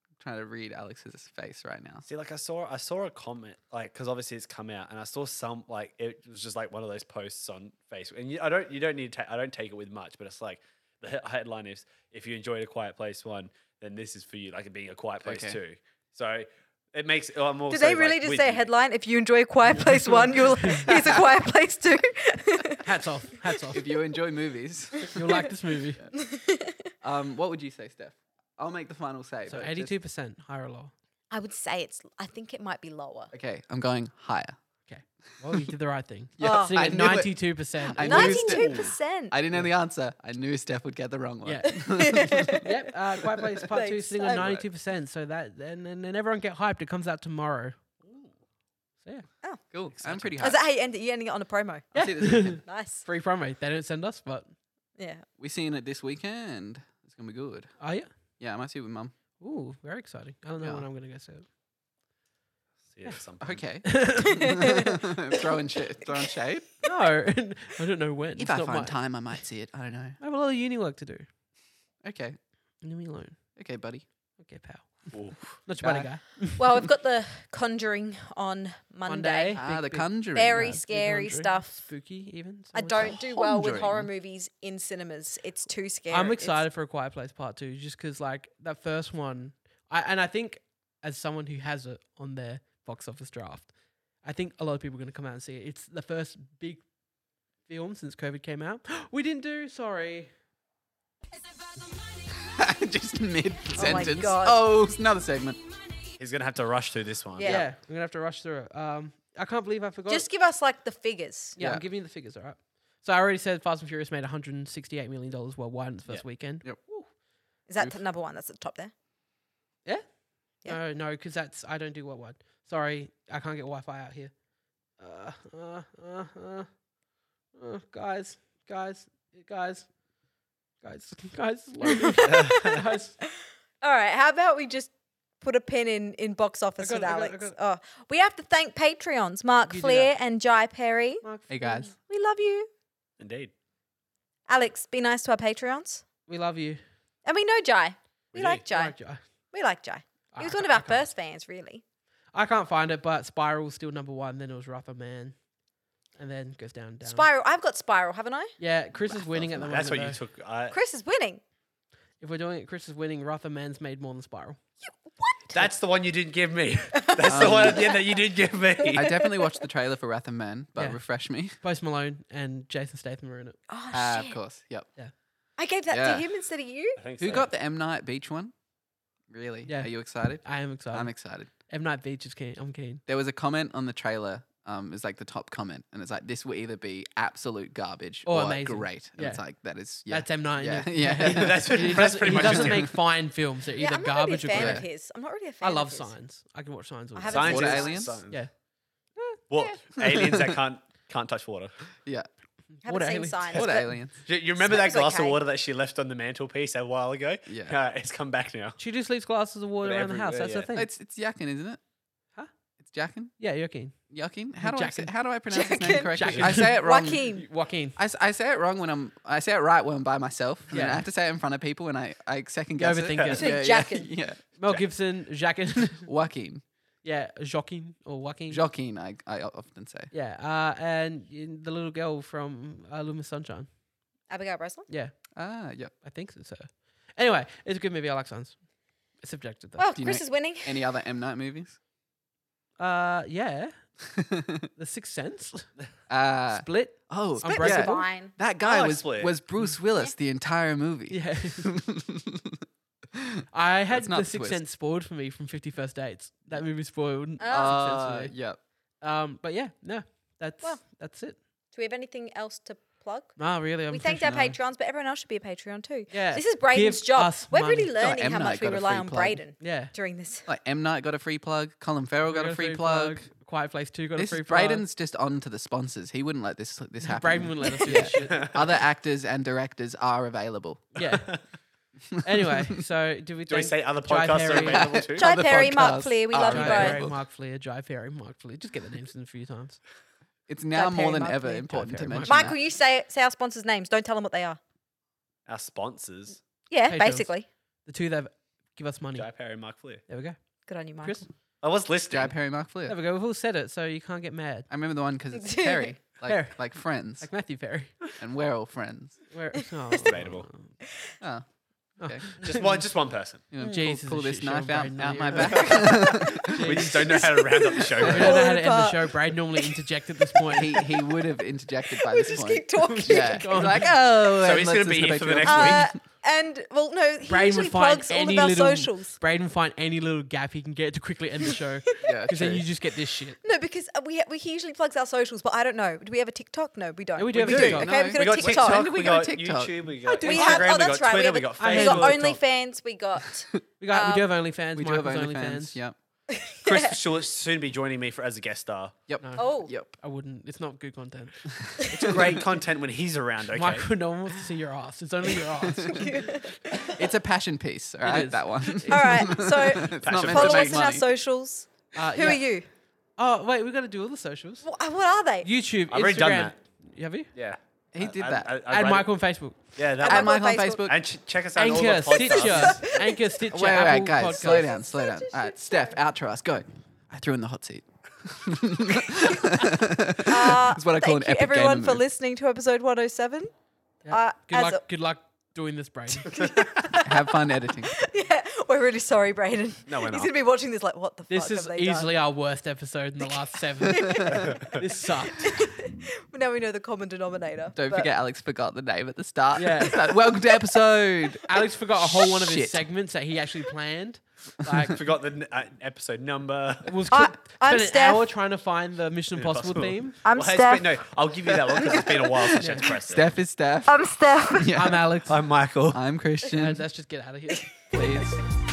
I'm trying to read Alex's face right
(laughs)
now.
See, like I saw, I saw a comment, like because obviously it's come out, and I saw some, like it was just like one of those posts on Facebook, and you, I don't, you don't need to, ta- I don't take it with much, but it's like the he- headline is, if you enjoyed a Quiet Place one, then this is for you, like it being a Quiet Place
Okay.
two. So it makes. oh, I'm also,
Do they really
like,
just
with
say a
you.
headline? If you enjoy Quiet Place One, you'll (laughs) here's a Quiet Place Two.
Hats off. Hats off.
If you enjoy movies,
(laughs) You'll like this
(laughs)
movie.
(laughs) um, what would you say, Steph? I'll make the final say.
So
but just-
eighty-two percent higher or lower.
(laughs) I would say it's. I think it might be lower.
Okay, I'm going higher.
Okay. Well, you did the right thing.
Yeah,
(laughs) Oh.
Sitting
I
at
knew it.
ninety-two percent.
I knew it.
Ninety-two (laughs) percent.
I didn't know the answer. I knew Steph would get the wrong one.
Yeah. (laughs) yep. Uh, Quiet Place Part Two
Thanks
sitting
so
on
much.
ninety two percent. So that and, and and everyone get hyped. It comes out tomorrow. So yeah,
(laughs) cool.
(laughs)
I'm pretty high.
Is that how you end it? You ending it on a promo?
I'll see you this weekend.
Nice.
free promo. They don't send us, but
Yeah.
We seeing it this weekend. It's gonna be good.
oh yeah.
Yeah, I might see it with mum.
Ooh, very exciting. I don't know when
Yeah.
I'm gonna go see it.
See it at
(laughs)
some point.
(laughs)
(laughs)
Okay. throwing shit, throwing shade.
No, (laughs) I don't know when.
If
It's
I
not
find
mine.
time, I might see it. I don't know.
I have a lot of uni work to do.
Okay.
Leave me alone.
Okay, buddy.
Okay, pal.
Oof.
Not your buddy
Guy.
guy.
Well, we've got the Conjuring on Monday.
Monday.
Ah,
Big,
the
big-
conjuring.
Very
man.
scary
Conjuring.
stuff.
Spooky, even.
I
some would say.
don't do well with horror
Conjuring.
movies in cinemas. It's too scary.
I'm
It's-
excited for a Quiet Place Part Two, just because like that first one, I and I think as someone who has it on their box office draft, I think a lot of people are going to come out and see it. It's the first big film since COVID came out. (gasps) we didn't do sorry.
(laughs) Just mid sentence. Oh,
God.
it's another segment.
He's gonna have to rush through this one.
Yeah.
Yeah.
I'm gonna have to rush through it. Um, I can't believe I forgot.
Just give us like the figures.
yeah,
Yeah.
I'm giving you the figures. All right. So I already said Fast and Furious made 168 million dollars worldwide in its first
Yep.
weekend.
Yep.
Is that t- number one? That's at the top there.
No, no, because that's I don't do worldwide. Sorry, I can't get Wi-Fi out here. Uh, uh, uh, uh, uh, guys, guys, guys, guys, (laughs) guys, loading.
(laughs)
guys.
All right. How about we just put a pin in in box office
got
with
it, I got it, I
Alex? Oh, we have to thank Patreons Mark
You do
Fleer and Jai Perry.
Mark
Hey
Fleer,
guys.
We love you,
Indeed.
Alex. Be nice to our Patreons,
we love you.
and we know Jai. We,
We do.
like Jai.
Like Jai. Ah,
We like Jai. He
I
was one of
can't-
our first fans, really.
I can't find it, but Spiral's still number one. Then it was Rother Man, and then goes down down.
Spiral. I've got Spiral, haven't I?
Yeah, Chris is winning at the moment.
That's what
though.
you took. I,
Chris is winning.
If we're doing it, Chris is winning. Rother Man's made more than Spiral.
that's the one you didn't give me. That's the one at the end that you did give (laughs) me.
Um, I definitely watched the trailer for Wrath of Man, but
Yeah.
refresh me.
Post Malone and Jason Statham are in it.
Oh,
Uh, of
shit.
course. Yep.
I gave that
Yeah.
to him instead of you.
I think
Who
so.
got the M Night Beach one? Really?
Yeah.
Are you excited?
I am excited.
I'm excited.
M Night Beach is keen. I'm keen.
There was a comment on the trailer. Um, it's like the top comment, and it's like this will either be absolute garbage
Or
or,
Oh, amazing.
great. And
Yeah.
it's like that is yeah.
That's M Night.
yeah,
isn't it? (laughs)
yeah.
That's,
He
(laughs)
pretty- that's
doesn't,
pretty
he
much.
doesn't
it.
make fine films. They're
Yeah,
either
I'm not really
garbage
a
or
fan
great.
great.
of his. I'm not really a fan.
I
of
love
his.
signs. I can watch signs all
I
the
haven't
time.
Science
Water
is-
aliens?
science.
Yeah.
Well,
Yeah.
(laughs) aliens that can't can't touch water.
yeah.
Haven't seen
aliens?
signs.
What
but
aliens?
You, you remember that
Smells
glass
okay.
of water that she left on the mantelpiece a while ago?
Yeah.
Uh, it's come back now.
She just leaves glasses of water
But
around the house.
everywhere,
That's
yeah.
the thing.
It's it's Yakin, isn't it?
Huh?
It's Yakin.
yeah, you're
(laughs)
keen.
Yakin. How do I say,
Jackin.
how do I pronounce his name
Jackin.
correctly?
Jackin.
I say it wrong.
Joaquin.
Joaquin.
I, s- I say it wrong when I'm I say it right when I'm by myself. Yeah.
Yeah.
I have to say it in front of people, and I I second guess
overthink
it. (laughs)
it. You
said
yeah,
Jackin.
Yeah.
Mel Gibson, Jackin.
Joaquin.
(laughs) yeah, Joaquin or Joaquin.
Joaquin. I I often say.
yeah, uh, and y- the little girl from uh, Luminous Sunshine.
Abigail Breslin.
Yeah,
Ah, yep.
I think it's her. Anyway, it's a good movie. I like Signs. It's subjective though.
Well,
Do you
Oh, Chris
know-
is winning.
Any other M Night movies? (laughs)
Uh, yeah, The Sixth
(laughs)
Sense,
uh,
Split.
oh,
Split
Chris is
Unbreakable?
fine.
That
Oh, I
guy
like
was
Split. (laughs)
was Bruce Willis the entire movie.
Mm-hmm.
(laughs)
Yeah, I had
That's not
The
the
Sixth
twist.
Sense spoiled for me from Fifty First Dates. That movie spoiled.
Oh.
uh,
Sense
yep.
Um, but yeah, no, that's
Well.
that's it.
Do we have anything else to plug?
Nah, really, I'm
we thanked our
pushing
Patreons, but everyone else should be a Patreon too.
Yeah.
This is Braden's
Give
job.
us
We're
money.
really
Oh,
learning
M.
how
Knight
much we
got a
rely
free
on
plug.
Braden
on. Yeah,
during this.
Like M Night got a free plug. Colin Farrell got, a free, plug.
Quiet Place Two got
This
a free
is
plug.
Braden's just on to the sponsors. He wouldn't let this this happen.
Braden would let us do that shit.
(laughs) Other actors and directors are available. (laughs)
Yeah. anyway, so do we
Do we
thank
say other
Jai
podcasts are
Perry-
available too?
Jai
Other
Perry, Mark
podcasts
Fleer, we
are
love you
Jai
available.
both.
Perry, Mark Fleer, Jai Perry, Mark Fleer. Just get the names in a few times.
It's now
Perry,
more than
Mark
ever
Perry.
important
Perry,
to
Mark
mention.
Michael,
that.
you say say our sponsors' names. Don't tell them what they are.
Our sponsors,
Yeah,
Patreons.
basically.
The two that give us money.
Jai Perry and Mark Fleer.
There we go.
Good on you, Michael.
Chris?
I was listening.
Jai Perry Mark
There
Fleer.
we go. We've all said it, so you can't get mad.
I remember the one
(laughs)
because it's Perry, like
Perry.
like friends,
Like Matthew Perry. (laughs)
and we're all friends.
Where, oh.
debatable.
Oh, okay.
Just one, just one person.
You know, pull-
Jesus,
pull,
a
this
shit
knife
show,
out,
Braden,
out
you.
my back.
We
(laughs)
just don't know how to round up the
We don't
show.
know how to end the
Apart.
show. Brad normally interjects at this point. (laughs)
he he would have interjected by
We
this
just
point.
keep talking.
(laughs) Yeah, he's like oh.
So
and
he's
let's
gonna be
listen
here for the
Patreon.
next
Uh, and well, no, he
Braden
usually
would find
plugs all
any
of our
little.
socials.
Braden would find any little gap he can get to quickly end the show.
Yeah,
Because then
true.
you just get this shit.
No, because uh, we we he usually plugs our socials, but I don't know. Do we have a TikTok? No, we don't.
Yeah, we do have
a TikTok,
Okay,
no.
we've
We
got a
got
TikTok.
TikTok,
When do
we
we get a
got
TikTok?
YouTube, we got
We have.
Instagram,
Oh,
we got
that's right.
Twitter, we
we
got
have,
I
we
have
Facebook.
got
a TikTok.
OnlyFans. We got.
We got we do have OnlyFans.
Um, We do have
Michael's
OnlyFans. Yep.
Chris should soon be joining me for as a guest star.
Yep.
No.
Oh,
Yep.
I wouldn't. It's not good
(laughs)
content.
It's great content when
(laughs)
he's around. Okay.
Michael, no one wants to see your ass. It's only your
(laughs)
ass. Uh,
It's a passion piece. All right,
is.
that one.
all right. So
it's not meant to
follow us
make
in our
money.
socials.
Uh,
Who
yeah.
are you?
Oh wait, we got to do all the socials.
Wh- uh, What are they?
YouTube,
I've
Instagram.
already done
Have you?
Yeah.
He
I-
did
I-
that.
I- I
And
read it.
Michael on Facebook.
Yeah, that
At
one.
Michael
my
on
home Facebook.
Facebook.
And ch- check us out on all the
Anchor, Stitcher,
podcasts.
Anchor, Stitcher,
Wait, wait,
Apple
wait, guys,
Podcasts.
slow down, slow down.
Such a
All
shit
right, Steph, outro us. Go. I threw in the hot seat.
Uh,
That's what I call
thank
an
you,
epic
everyone,
gamer
for
move.
listening to episode 107.
Yeah.
Uh,
good
as
luck.
a-
good luck doing this, Brady.
Have fun editing.
(laughs) yeah, we're really sorry, Braden.
No, we're
He's
not.
gonna be watching this like, what the
this
fuck
is
have they
easily our worst episode in the
(laughs)
last seven. this sucked.
done? Now we know the common denominator.
Don't
but-
forget, Alex forgot the name at the start.
Yeah.
It's like, Welcome to episode.
Alex forgot a whole one of his
Shit.
segments that he actually
(laughs)
planned. Like
(laughs) Forgot the n- uh, episode number.
was
I-
spent
I'm
an
Steph.
hour trying to find the Mission Impossible
Impossible.
theme.
I'm
Well, it's
Steph.
been- no, I'll give you that one because it's been a while since I've pressed it.
Steph is Steph.
I'm Steph.
Yeah.
I'm Alex.
I'm Michael.
I'm
Uh,
Christian.
let's just get out of here.
Please.